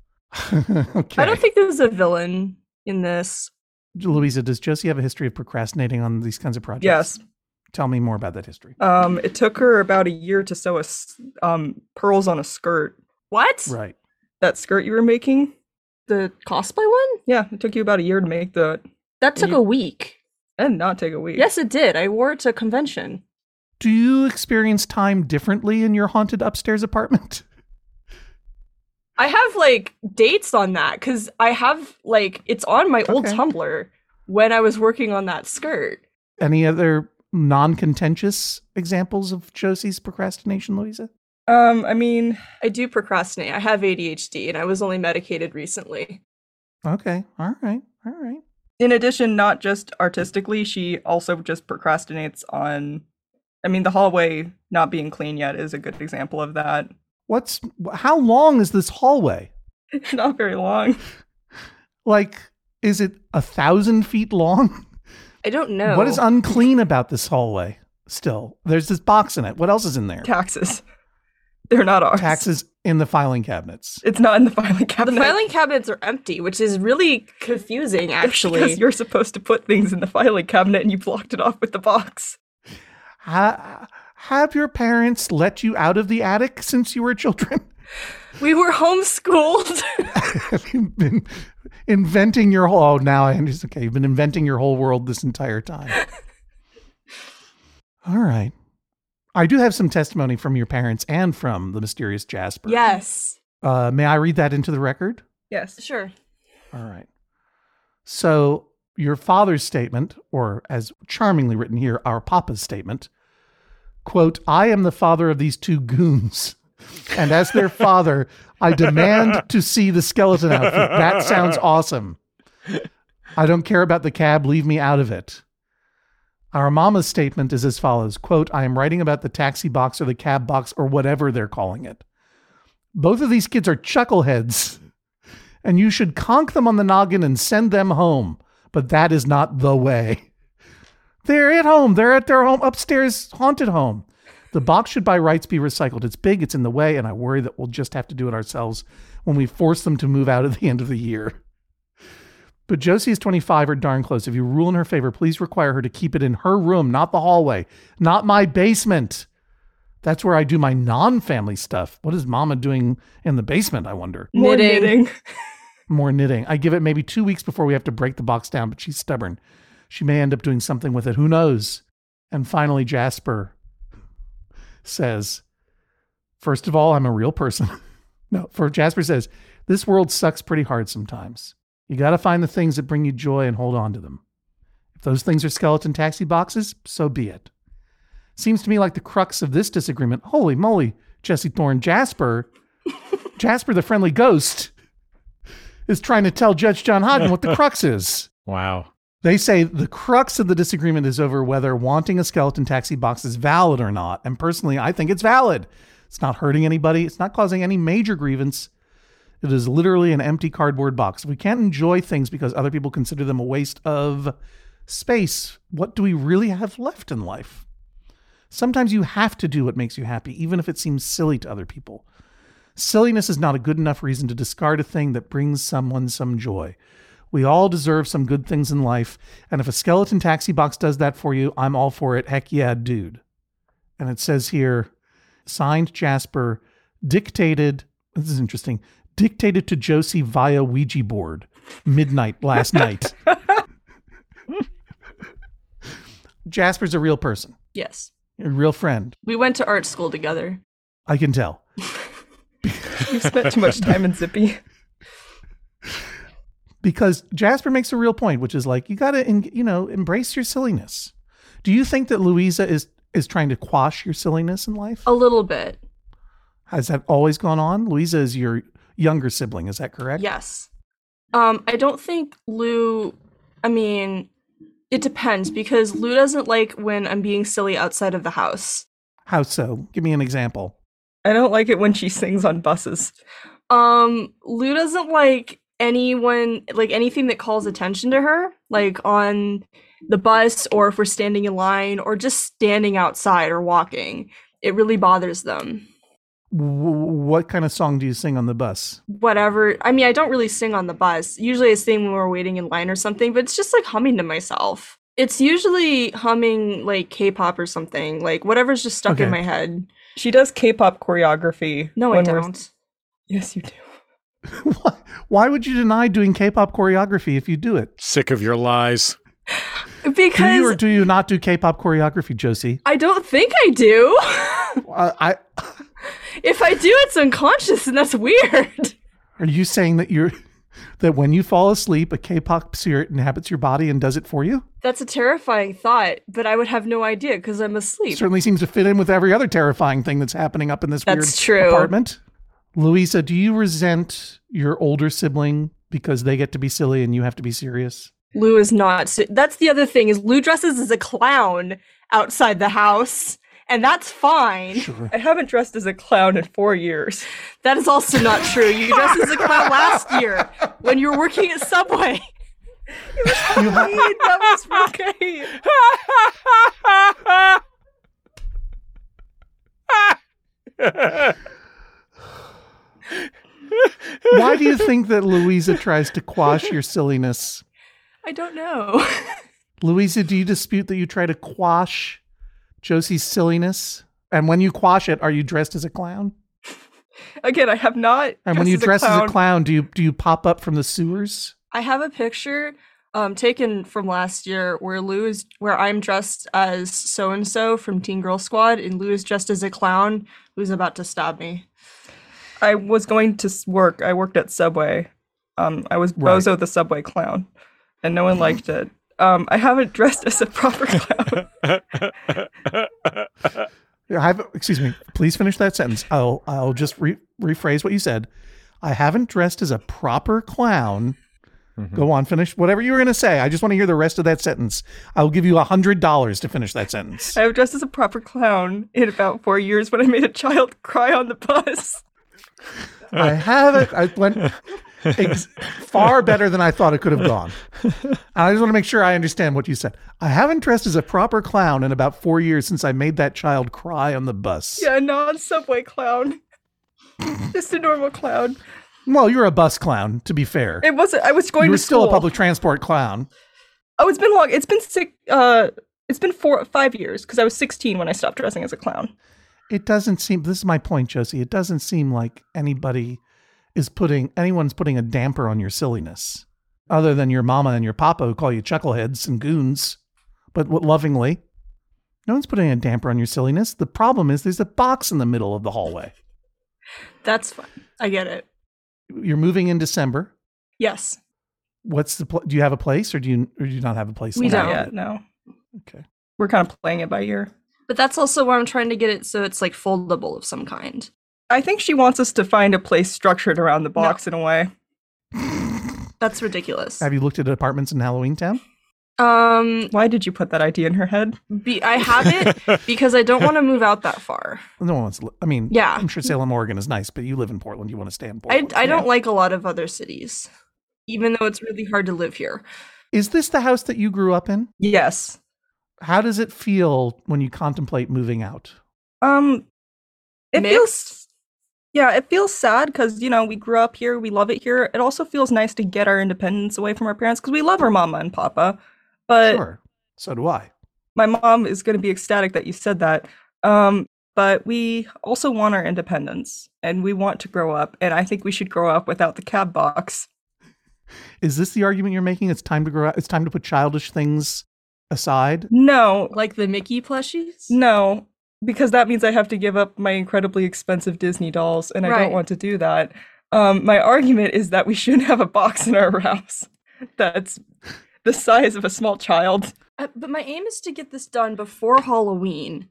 okay.
I don't think there's a villain in this.
Louisa, does Josie have a history of procrastinating on these kinds of projects?
yes.
Tell me more about that history.
Um, it took her about a year to sew a s- um, pearls on a skirt.
What?
Right.
That skirt you were making?
The cosplay one?
Yeah, it took you about a year to make that.
That took
You-
a week.
And not take a week.
Yes, it did. I wore it to a convention.
Do you experience time differently in your haunted upstairs apartment?
I have like dates on that because I have like it's on my old
Okay.
Tumblr when I was working on that skirt.
Any other non contentious examples of Josie's procrastination, Louisa?
Um, I mean,
I do procrastinate. I have ADHD and I was only medicated recently.
Okay. All right. All right.
in addition, not just artistically, she also just procrastinates on. I mean, the hallway not being clean yet is a good example of that.
What's how long is this hallway?
not very long.
Like, is it a thousand feet long?
I don't know.
What is unclean about this hallway still? There's this box in it. What else is in there?
Taxes. They're not ours.
Taxes in the filing cabinets.
It's not in the filing
the
cabinet.
filing cabinets are empty, which is really confusing actually.
Because you're supposed to put things in the filing cabinet and you blocked it off with the box.
Ha- have your parents let you out of the attic since you were children?
We were homeschooled.
have you been inventing your whole? Oh, now I understand. Okay, you've been inventing your whole world this entire time. All right. I do have some testimony from your parents and from the mysterious Jasper.
yes.
Uh, may I read that into the record?
Yes.
Sure.
All right. So your father's statement, or as charmingly written here, our papa's statement, quote, I am the father of these two goons. And as their father, I demand to see the skeleton outfit. That sounds awesome. I don't care about the cab. Leave me out of it. Our mama's statement is as follows quote, I am writing about the taxi box or the cab box or whatever they're calling it. Both of these kids are chuckleheads and you should conk them on the noggin and send them home. But that is not the way. They're at home. They're at their home, upstairs, haunted home. The box should by rights be recycled. It's big, it's in the way, and I worry that we'll just have to do it ourselves when we force them to move out at the end of the year. But Josie is 25 or darn close. If you rule in her favor, please require her to keep it in her room, not the hallway, not my basement. That's where I do my non family stuff. What is mama doing in the basement, I wonder?
More
Knitting.
knitting.
more knitting. I give it maybe two weeks before we have to break the box down, but she's stubborn. She may end up doing something with it. Who knows? And finally, Jasper says, First of all, I'm a real person. no, for Jasper says, This world sucks pretty hard sometimes. You got to find the things that bring you joy and hold on to them. If those things are skeleton taxi boxes, so be it. Seems to me like the crux of this disagreement. Holy moly, Jesse Thorne, Jasper, Jasper the friendly ghost is trying to tell Judge John Hodgman what the crux is.
Wow.
They say the crux of the disagreement is over whether wanting a skeleton taxi box is valid or not. And personally, I think it's valid. It's not hurting anybody, it's not causing any major grievance. It is literally an empty cardboard box. We can't enjoy things because other people consider them a waste of space. What do we really have left in life? Sometimes you have to do what makes you happy, even if it seems silly to other people. Silliness is not a good enough reason to discard a thing that brings someone some joy. We all deserve some good things in life, and if a skeleton taxi box does that for you, I'm all for it. Heck yeah, dude. And it says here, signed Jasper, dictated, this is interesting, dictated to Josie via Ouija board, midnight last night. Jasper's a real person,
Yes.
a real friend.
We went to art school together.
I can tell.
You've spent too much time in Zippy.
because Jasper makes a real point, which is like you got to you know embrace your silliness. Do you think that Louisa is is trying to quash your silliness in life?
A little bit.
Has that always gone on? Louisa is your younger sibling, is that correct?
Yes. Um, I don't think Lou. I mean, it depends because Lou doesn't like when I'm being silly outside of the house.
How so? Give me an example.
I don't like it when she sings on buses.
Um, Lou doesn't like anyone like anything that calls attention to her, like on the bus or if we're standing in line or just standing outside or walking. It really bothers them.
W- what kind of song do you sing on the bus?
Whatever. I mean, I don't really sing on the bus. Usually I sing when we're waiting in line or something, but it's just like humming to myself. It's usually humming like K-pop or something, like whatever's just stuck
Okay.
in my head.
She does K-pop choreography.
No, I
when we're-
don't.
Yes, you do.
Why- Why would you deny doing K-pop choreography if you do it?
Sick of your lies.
Do you or
Because
do you not do K-pop choreography, Josie?
I don't think I do.
Uh, I
if I do, it's unconscious and that's weird.
are you saying that you're that when you fall asleep, a K-pop spirit inhabits your body and does it for you?
That's a terrifying thought, but I would have no idea because I'm asleep.
Certainly seems to fit in with every other terrifying thing that's happening up in this weird
That's true.
apartment. Louisa, do you resent your older sibling because they get to be silly and you have to be serious?
Lou is not. si- That's the other thing is Lou dresses as a clown outside the house, and that's fine.
Sure.
I haven't dressed as a clown in four years.
That is also not true. You dressed as a clown last year when you were working at Subway.
You ha-
that was okay.
Why do you think that Louisa tries to quash your silliness?
I don't know.
Louisa, do you dispute that you try to quash Josie's silliness? And when you quash it, are you dressed as a clown?
Again, I have not.
And when you dress
dressed
as a clown, do you do you pop up from the sewers?
I have a picture um, taken from last year where Lou is where I'm dressed as so and so from Teen Girl Squad, and Lou is dressed as a clown who's about to stab me.
I was going to s- work. I worked at Subway. Um, I was
Right.
Bozo the Subway clown, and no one liked it. Um, I haven't dressed as a proper clown.
I have, excuse me. Please finish that sentence. I'll I'll just re- rephrase what you said. I haven't dressed as a proper clown.
Mm-hmm.
Go on, finish whatever you were going to say. I just want to hear the rest of that sentence. I will give you a hundred dollars to finish that sentence.
I have dressed as a proper clown in about four years when I made a child cry on the bus.
I haven't. I went ex- far better than I thought it could have gone. I just want to make sure I understand what you said. I haven't dressed as a proper clown in about four years since I made that child cry on the bus.
Yeah, non-subway clown. Just a normal clown.
Well, you're a bus clown, to be fair.
It wasn't. I was going
you were
to
still a
school.
public transport clown.
Oh, it's been long. It's been six. Uh, it's been four, five years because I was 16 when I stopped dressing as a clown.
It doesn't seem. This is my point, Josie. It doesn't seem like anybody is putting anyone's putting a damper on your silliness, other than your mama and your papa who call you chuckleheads and goons, but what lovingly. No one's putting a damper on your silliness. The problem is there's a box in the middle of the hallway.
That's fine. I get it.
You're moving in December.
Yes.
What's the pl- do you have a place or do you or do you not have a place?
We
now?
Not
don't.
yet. No,
Okay.
we're kind of playing it by ear.
But that's also where I'm trying to get it so it's like foldable of some kind.
I think she wants us to find a place structured around the box in a way.
That's ridiculous.
Have you looked at apartments in Halloween Town?
Um,
Why did you put that idea in her head?
be- I have it because I don't want to move out that far.
No one wants. To, li- I mean,
Yeah.
I'm sure Salem, Oregon is nice, but you live in Portland. You want to stay in
I,
Portland.
I don't like a lot of other cities, even though it's really hard to live here.
Is this the house that you grew up in?
Yes.
How does it feel when you contemplate moving out?
Um it feels
Mixed?
Yeah, it feels sad cuz you know, we grew up here, we love it here. It also feels nice to get our independence away from our parents cuz we love our mama and papa.
Uh,
But
sure. So do I.
my mom is going to be ecstatic that you said that. Um but we also want our independence and we want to grow up and I think we should grow up without the cab box.
Is this the argument you're making? It's time to grow out. It's time to put childish things aside.
No.
Like the Mickey plushies?
No. Because that means I have to give up my incredibly expensive Disney dolls, and I
Right.
don't want to do that. Um, my argument is that we should have a box in our house that's the size of a small child.
Uh, but my aim is to get this done before Halloween.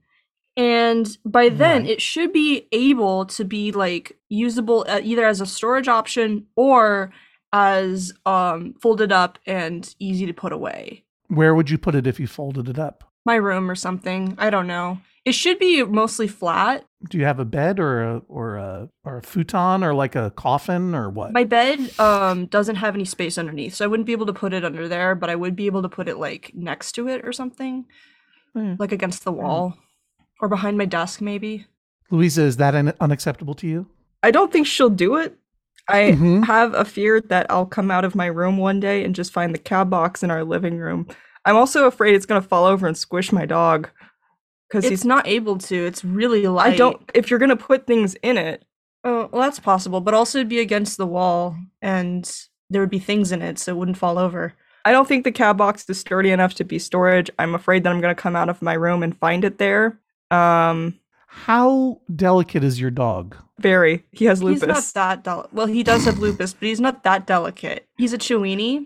And by then,
Right.
it should be able to be like usable uh, either as a storage option or as um, folded up and easy to put away.
Where would you put it if you folded it up?
My room or something. I don't know. It should be mostly flat.
Do you have a bed or a or a or a futon or like a coffin or what?
My bed um doesn't have any space underneath, so I wouldn't be able to put it under there, but I would be able to put it like next to it or something,
Hmm.
Yeah.
like against the wall or behind my desk maybe.
Louisa, is that an, unacceptable to you?
I don't think she'll do it. I
Mm-hmm.
Mhm.
have a fear that I'll come out of my room one day and just find the cab box in our living room. I'm also afraid it's going to fall over and squish my dog because
It's
he's.
not able to. It's really light.
I don't. If you're going to put things in it,
Oh, well, that's possible, but also it'd be against the wall and there would be things in it so it wouldn't fall over.
I don't think the cab box is sturdy enough to be storage. I'm afraid that I'm going to come out of my room and find it there. Um,
How delicate is your dog?
very. He has lupus.
He's not that delicate. Well, he does have lupus, but he's not that delicate. He's a Chiweenie.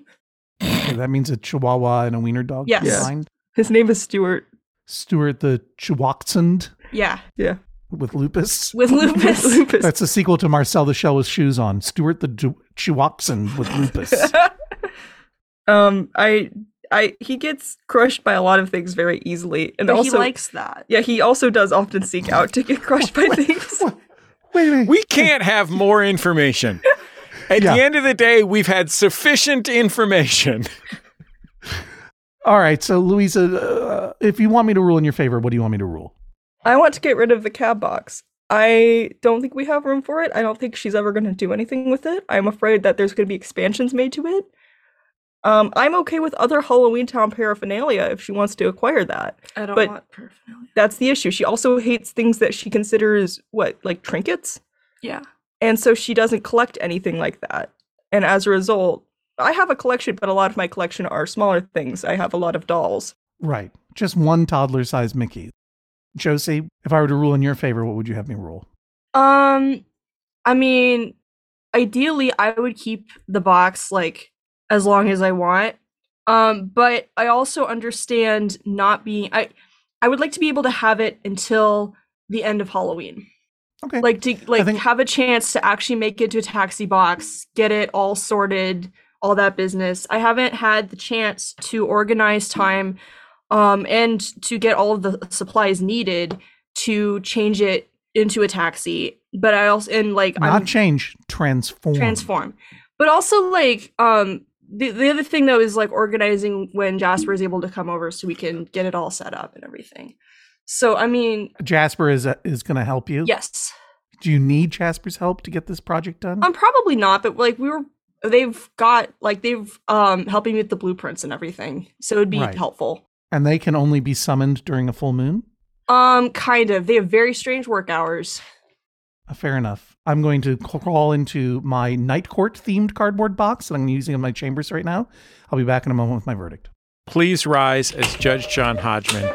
Okay, that means a Chihuahua and a wiener dog.
Yes.
Yeah.
combined.
His name is Stuart.
Stuart the Chihuaxand
Yeah,
Yeah.
with lupus.
with lupus.
lupus.
That's a sequel to Marcel the Shell with shoes on. Stuart the Ju- Chihuaxand with lupus.
um, I, I, he gets crushed by a lot of things very easily, and
but
also,
he likes that.
yeah, he also does often seek out to get crushed by things.
Wait a minute.
We can't have more information. At
Yeah.
the end of the day, we've had sufficient information.
All right, so Louisa, uh, if you want me to rule in your favor, what do you want me to rule?
I want to get rid of the cab box. I don't think we have room for it. I don't think she's ever going to do anything with it. I'm afraid that there's going to be expansions made to it. Um, I'm okay with other Halloween Town paraphernalia if she wants to acquire that.
I don't
but-
want paraphernalia.
That's the issue. She also hates things that she considers what, like trinkets?
Yeah.
And so she doesn't collect anything like that. And as a result, I have a collection, but a lot of my collection are smaller things. I have a lot of dolls.
Right, just one toddler-sized Mickey. Josie, if I were to rule in your favor, what would you have me rule?
Um, I mean, ideally, I would keep the box like as long as I want. Um, but I also understand not being. I I would like to be able to have it until the end of Halloween.
Okay.
Like to like
think-
have a chance to actually make it to a taxi box, get it all sorted, all that business. I haven't had the chance to organize
Mm.
time um and to get all of the supplies needed to change it into a taxi. But I also and like
Not
I'm
change, transform.
transform. But also like um the, the other thing though is like organizing when Jasper is able to come over so we can get it all set up and everything. So I mean,
Jasper is uh, is going to help you.
yes.
Do you need Jasper's help to get this project done?
Um, probably not, but like we were, they've got like they've um helping me with the blueprints and everything, so it'd be
Right.
helpful.
and they can only be summoned during a full moon.
Um, kind of. They have very strange work hours.
Uh, Fair enough. I'm going to c- crawl into my night court themed cardboard box that I'm using in my chambers right now. I'll be back in a moment with my verdict.
Please rise as Judge John Hodgman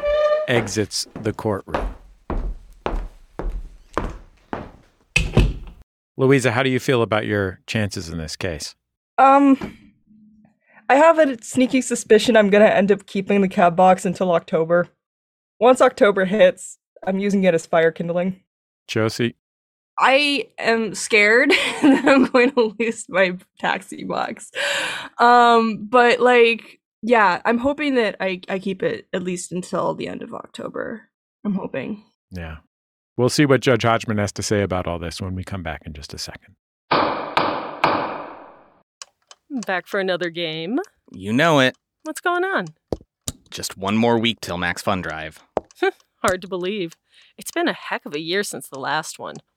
exits the courtroom. Louisa, how do you feel about your chances in this case?
Um, I have a sneaky suspicion I'm going to end up keeping the cab box until October. Once October hits, I'm using it as fire kindling.
Josie,
I am scared that I'm going to lose my taxi box. Um, but like, yeah, I'm hoping that I I keep it at least until the end of October. I'm hoping.
Yeah. We'll see what Judge Hodgman has to say about all this when we come back in just a second.
Back for another game.
You know it.
What's going on?
Just one more week till Max Fun Drive.
Hard to believe. It's been a heck of a year since the last one.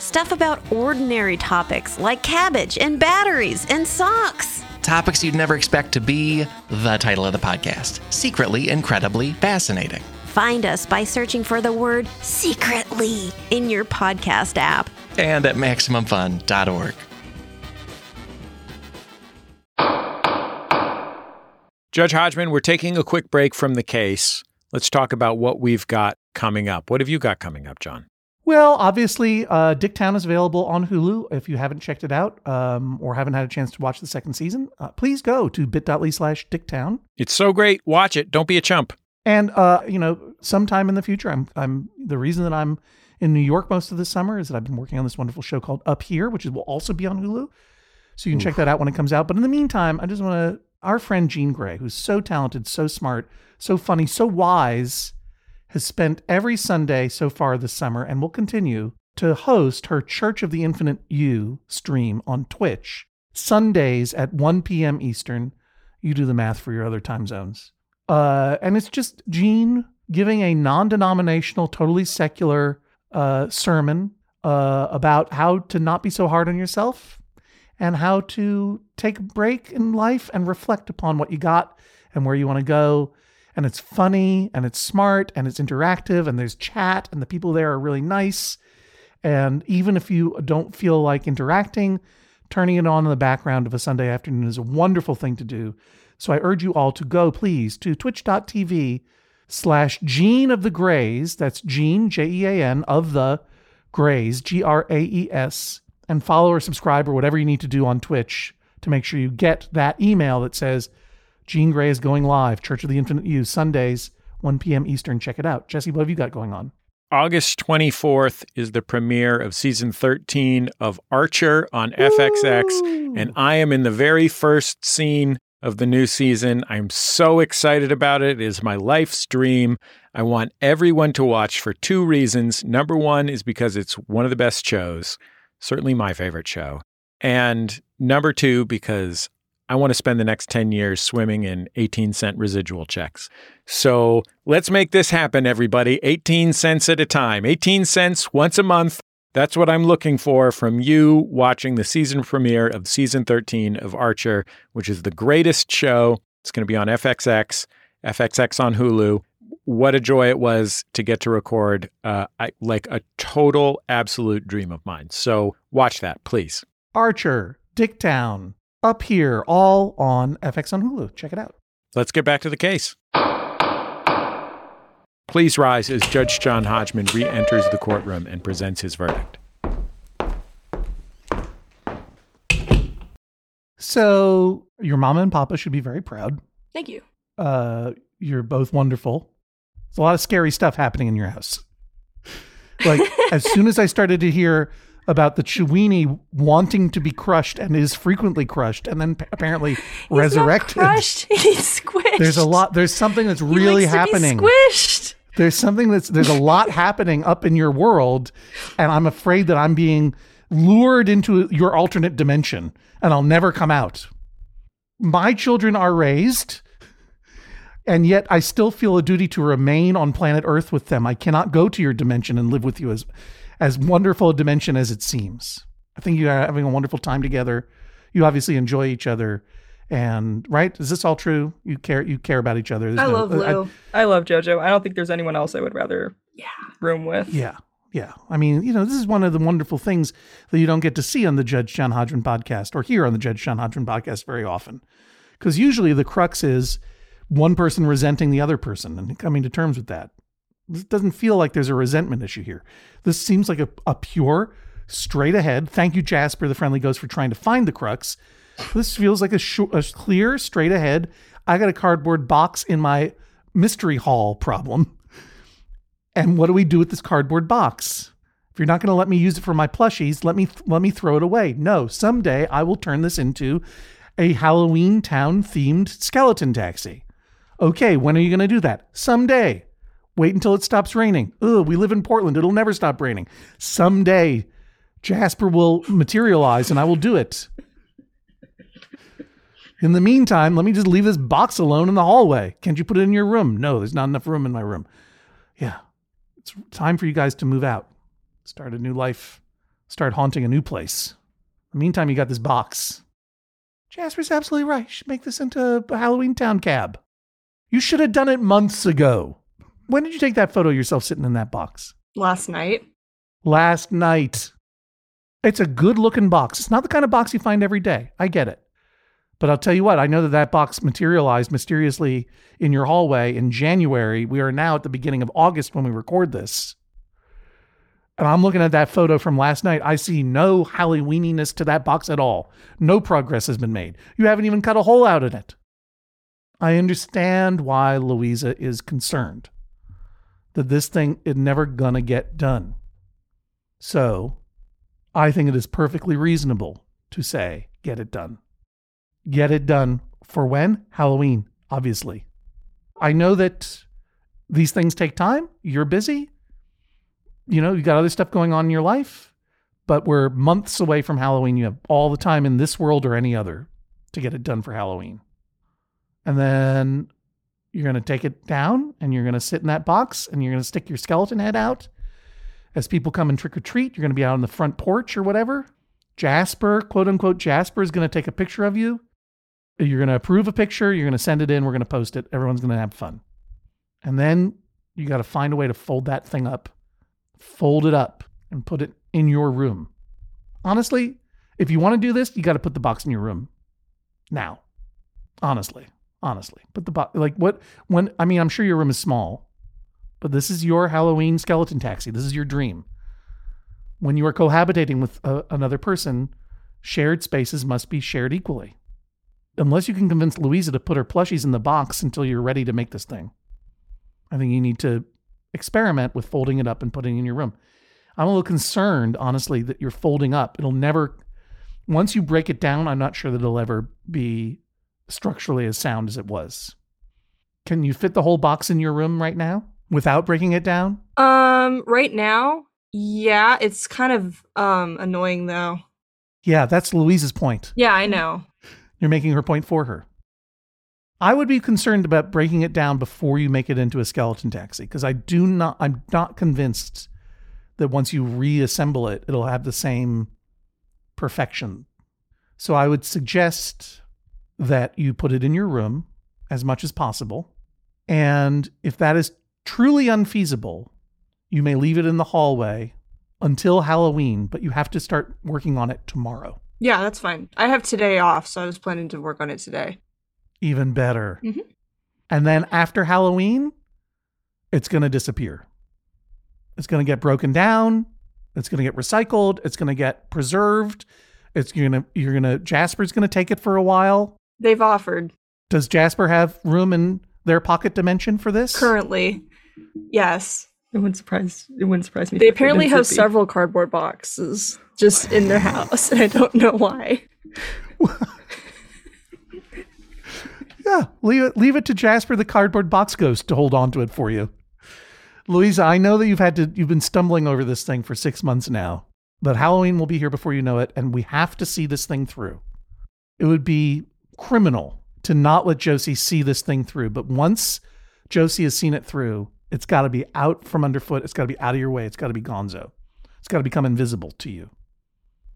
Stuff about ordinary topics like cabbage and batteries and socks.
Topics you'd never expect to be the title of the podcast Secretly Incredibly Fascinating.
Find us by searching for the word secretly in your podcast app.
And at MaximumFun.org.
Judge Hodgman, we're taking a quick break from the case. Let's talk about what we've got coming up. What have you got coming up, John?
Well, obviously, uh, Dicktown is available on Hulu. If you haven't checked it out um, or haven't had a chance to watch the second season, uh, please go to bit.ly slash Dicktown.
It's so great. Watch it. Don't be a chump.
And uh, you know, sometime in the future, I'm I'm the reason that I'm in New York most of the summer is that I've been working on this wonderful show called Up Here, which is, will also be on Hulu. So you can check that out when it comes out. But in the meantime, I just want to our friend Jean Grey, who's so talented, so smart, so funny, so wise, has spent every Sunday so far this summer and will continue to host her Church of the Infinite You stream on Twitch Sundays at 1 p.m. Eastern. You do the math for your other time zones. Uh, and it's just Jean giving a non denominational, totally secular uh, sermon uh, about how to not be so hard on yourself and how to take a break in life and reflect upon what you got and where you want to go. And it's funny and it's smart and it's interactive and there's chat and the people there are really nice. And even if you don't feel like interacting, turning it on in the background of a Sunday afternoon is a wonderful thing to do. So I urge you all to go, please, to twitch.tv slash Gene of the Grays. That's Gene, J E A N, of the Grays, G R A E S, and follow or subscribe or whatever you need to do on Twitch to make sure you get that email that says Gene Gray is going live, Church of the Infinite You, Sundays, 1 p.m. Eastern. Check it out. Jesse, what have you got going on?
August 24th is the premiere of season 13 of Archer on FXX, and I am in the very first scene of the new season. I'm so excited about it. It is my life's dream. I want everyone to watch for two reasons. Number one is because it's one of the best shows, certainly my favorite show. And number two, because I want to spend the next 10 years swimming in 18 cent residual checks. So let's make this happen, everybody. 18 cents at a time, 18 cents once a month. That's what I'm looking for from you watching the season premiere of season 13 of Archer, which is the greatest show. It's going to be on FXX, FXX on Hulu. What a joy it was to get to record, uh, I, like a total, absolute dream of mine. So watch that, please.
Archer, Dicktown, up here, all on FX on Hulu. Check it out.
Let's get back to the case. Please rise as Judge John Hodgman re enters the courtroom and presents his verdict.
So your mama and papa should be very proud.
Thank you.
Uh, you're both wonderful. There's a lot of scary stuff happening in your house. Like as soon as I started to hear about the Chewini wanting to be crushed and is frequently crushed and then p- apparently
He's not
resurrected.
crushed. He's squished.
There's a lot. There's something that's
He
really
likes to be
happening.
squished.
there's something that's there's a lot happening up in your world and i'm afraid that i'm being lured into your alternate dimension and i'll never come out my children are raised and yet i still feel a duty to remain on planet earth with them i cannot go to your dimension and live with you as as wonderful a dimension as it seems i think you are having a wonderful time together you obviously enjoy each other and right is this all true you care you care about each other There's
I
no-
love Lou.
I love JoJo. I don't think there's anyone else I would rather
Yeah.
room with.
Yeah. Yeah. I mean, you know, this is one of the wonderful things that you don't get to see on the Judge John Hodgman podcast or here on the Judge John Hodgman podcast very often. Because usually the crux is one person resenting the other person and coming to terms with that. This doesn't feel like there's a resentment issue here. This seems like a, a pure, straight ahead. Thank you, Jasper, the friendly ghost, for trying to find the crux. This feels like a, sh- a clear, straight ahead. I got a cardboard box in my mystery hall problem. And what do we do with this cardboard box? If you're not going to let me use it for my plushies, let me let me throw it away. No, someday I will turn this into a Halloween town themed skeleton taxi. Okay, when are you going to do that? Someday. Wait until it stops raining. Ugh, we live in Portland. It'll never stop raining. Someday, Jasper will materialize and I will do it. In the meantime, let me just leave this box alone in the hallway. Can't you put it in your room? No, there's not enough room in my room. Yeah, it's time for you guys to move out, start a new life, start haunting a new place. In the meantime, you got this box. Jasper's absolutely right. You should make this into a Halloween town cab. You should have done it months ago. When did you take that photo of yourself sitting in that box?
Last night.
Last night. It's a good looking box. It's not the kind of box you find every day. I get it. But I'll tell you what, I know that that box materialized mysteriously in your hallway in January. We are now at the beginning of August when we record this. And I'm looking at that photo from last night. I see no Halloweeniness to that box at all. No progress has been made. You haven't even cut a hole out in it. I understand why Louisa is concerned that this thing is never going to get done. So I think it is perfectly reasonable to say, get it done. Get it done for when? Halloween, obviously. I know that these things take time. You're busy. You know, you got other stuff going on in your life, but we're months away from Halloween. You have all the time in this world or any other to get it done for Halloween. And then you're going to take it down and you're going to sit in that box and you're going to stick your skeleton head out. As people come and trick or treat, you're going to be out on the front porch or whatever. Jasper, quote unquote, Jasper is going to take a picture of you. You're going to approve a picture. You're going to send it in. We're going to post it. Everyone's going to have fun. And then you got to find a way to fold that thing up, fold it up, and put it in your room. Honestly, if you want to do this, you got to put the box in your room now. Honestly honestly. But the bo- like what when I mean I'm sure your room is small, but this is your Halloween skeleton taxi. This is your dream. When you are cohabitating with a, another person, shared spaces must be shared equally. Unless you can convince Louisa to put her plushies in the box until you're ready to make this thing. I think you need to experiment with folding it up and putting it in your room. I'm a little concerned, honestly, that you're folding up. It'll never, once you break it down, I'm not sure that it'll ever be structurally as sound as it was. Can you fit the whole box in your room right now without breaking it down?
Um, right now, yeah, it's kind of um annoying though.
Yeah, that's Louise's point.
Yeah, I know.
You're making her point for her. I would be concerned about breaking it down before you make it into a skeleton taxi because I do not I'm not convinced that once you reassemble it it'll have the same perfection. So I would suggest that you put it in your room as much as possible. And if that is truly unfeasible, you may leave it in the hallway until Halloween, but you have to start working on it tomorrow.
Yeah, that's fine. I have today off, so I was planning to work on it today.
Even better.
Mhm.
And then after Halloween, it's going to disappear. It's going to get broken down. It's going to get recycled. It's going to get preserved. It's going to, you're going to, Jasper's going to take it for a while.
They've offered
Does Jasper have room in their pocket dimension for this?
currently. Yes.
It wouldn't surprise. It wouldn't surprise me.
They
if it
apparently
didn't
have
fit
several cardboard boxes just in their house, and I don't know why.
Yeah, leave it leave it to Jasper the cardboard box ghost to hold on to it for you. Louisa, I know that you've had to you've been stumbling over this thing for 6 months now, but Halloween will be here before you know it and we have to see this thing through. It would be criminal to not let Josie see this thing through, but once Josie has seen it through, it's got to be out from underfoot, it's got to be out of your way, it's got to be gonzo. It's got to become invisible to you.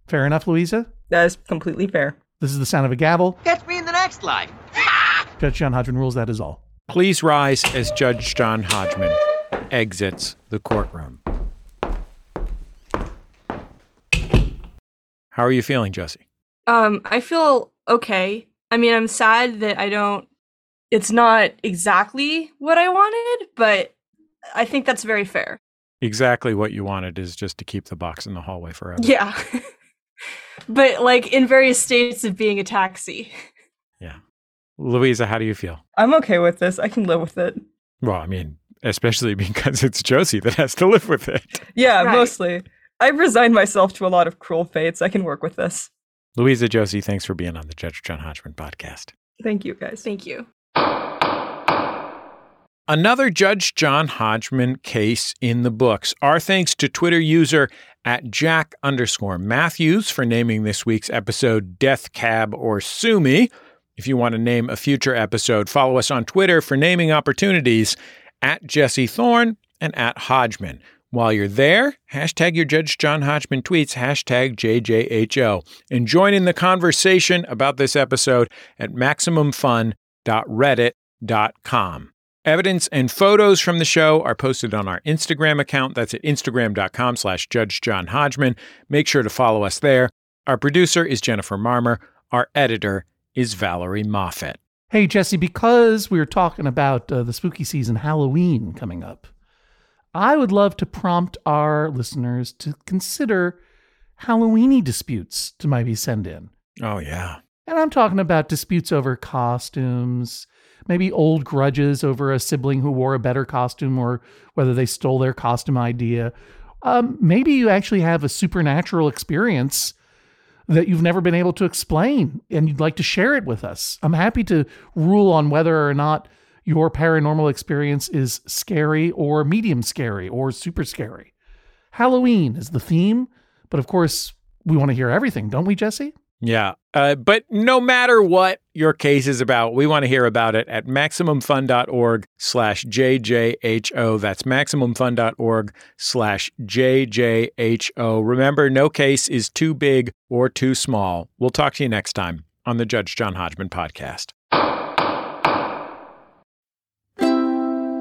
Fair enough, Louisa?
That is completely fair.
This is the sound of a gavel.
Catch me in the next life.
Judge John Hodgman rules that is all.
Please rise as Judge John Hodgman exits the courtroom. How are you feeling, Jesse?
Um, I feel okay. I mean, I'm sad that I don't. It's not exactly what I wanted, but I think that's very fair.
Exactly what you wanted is just to keep the box in the hallway forever.
Yeah. but like in various states of being a taxi.
Louisa, how do you feel?
I'm okay with this. I can live with it.
Well, I mean, especially because it's Josie that has to live with it.
Yeah,
Right.
mostly. I've resigned myself to a lot of cruel fates. I can work with this.
Louisa, Josie, thanks for being on the Judge John Hodgman podcast.
Thank you, guys.
Thank you.
Another Judge John Hodgman case in the books. Our thanks to Twitter user at Jack underscore Matthews for naming this week's episode Death Cab or Sue Me. If you want to name a future episode, follow us on Twitter for naming opportunities at Jesse Thorne and at Hodgman. While you're there, hashtag your Judge John Hodgman tweets, hashtag JJHO, and join in the conversation about this episode at MaximumFun.reddit.com. Evidence and photos from the show are posted on our Instagram account. That's at instagram.com slash Judge John Hodgman. Make sure to follow us there. Our producer is Jennifer Marmer. Our editor is Valerie Moffett.
Hey, Jesse, because we were talking about uh, the spooky season, Halloween coming up, I would love to prompt our listeners to consider Halloweeny disputes to maybe send in.
Oh, yeah.
And I'm talking about disputes over costumes, maybe old grudges over a sibling who wore a better costume or whether they stole their costume idea. Um, maybe you actually have a supernatural experience that you've never been able to explain and you'd like to share it with us. I'm happy to rule on whether or not your paranormal experience is scary or medium scary or super scary. Halloween is the theme, but of course, we want to hear everything, don't we, Jesse?
Yeah. Uh, but no matter what your case is about, we want to hear about it at MaximumFun.org slash JJHO. That's MaximumFun.org slash JJHO. Remember, no case is too big or too small. We'll talk to you next time on the Judge John Hodgman podcast.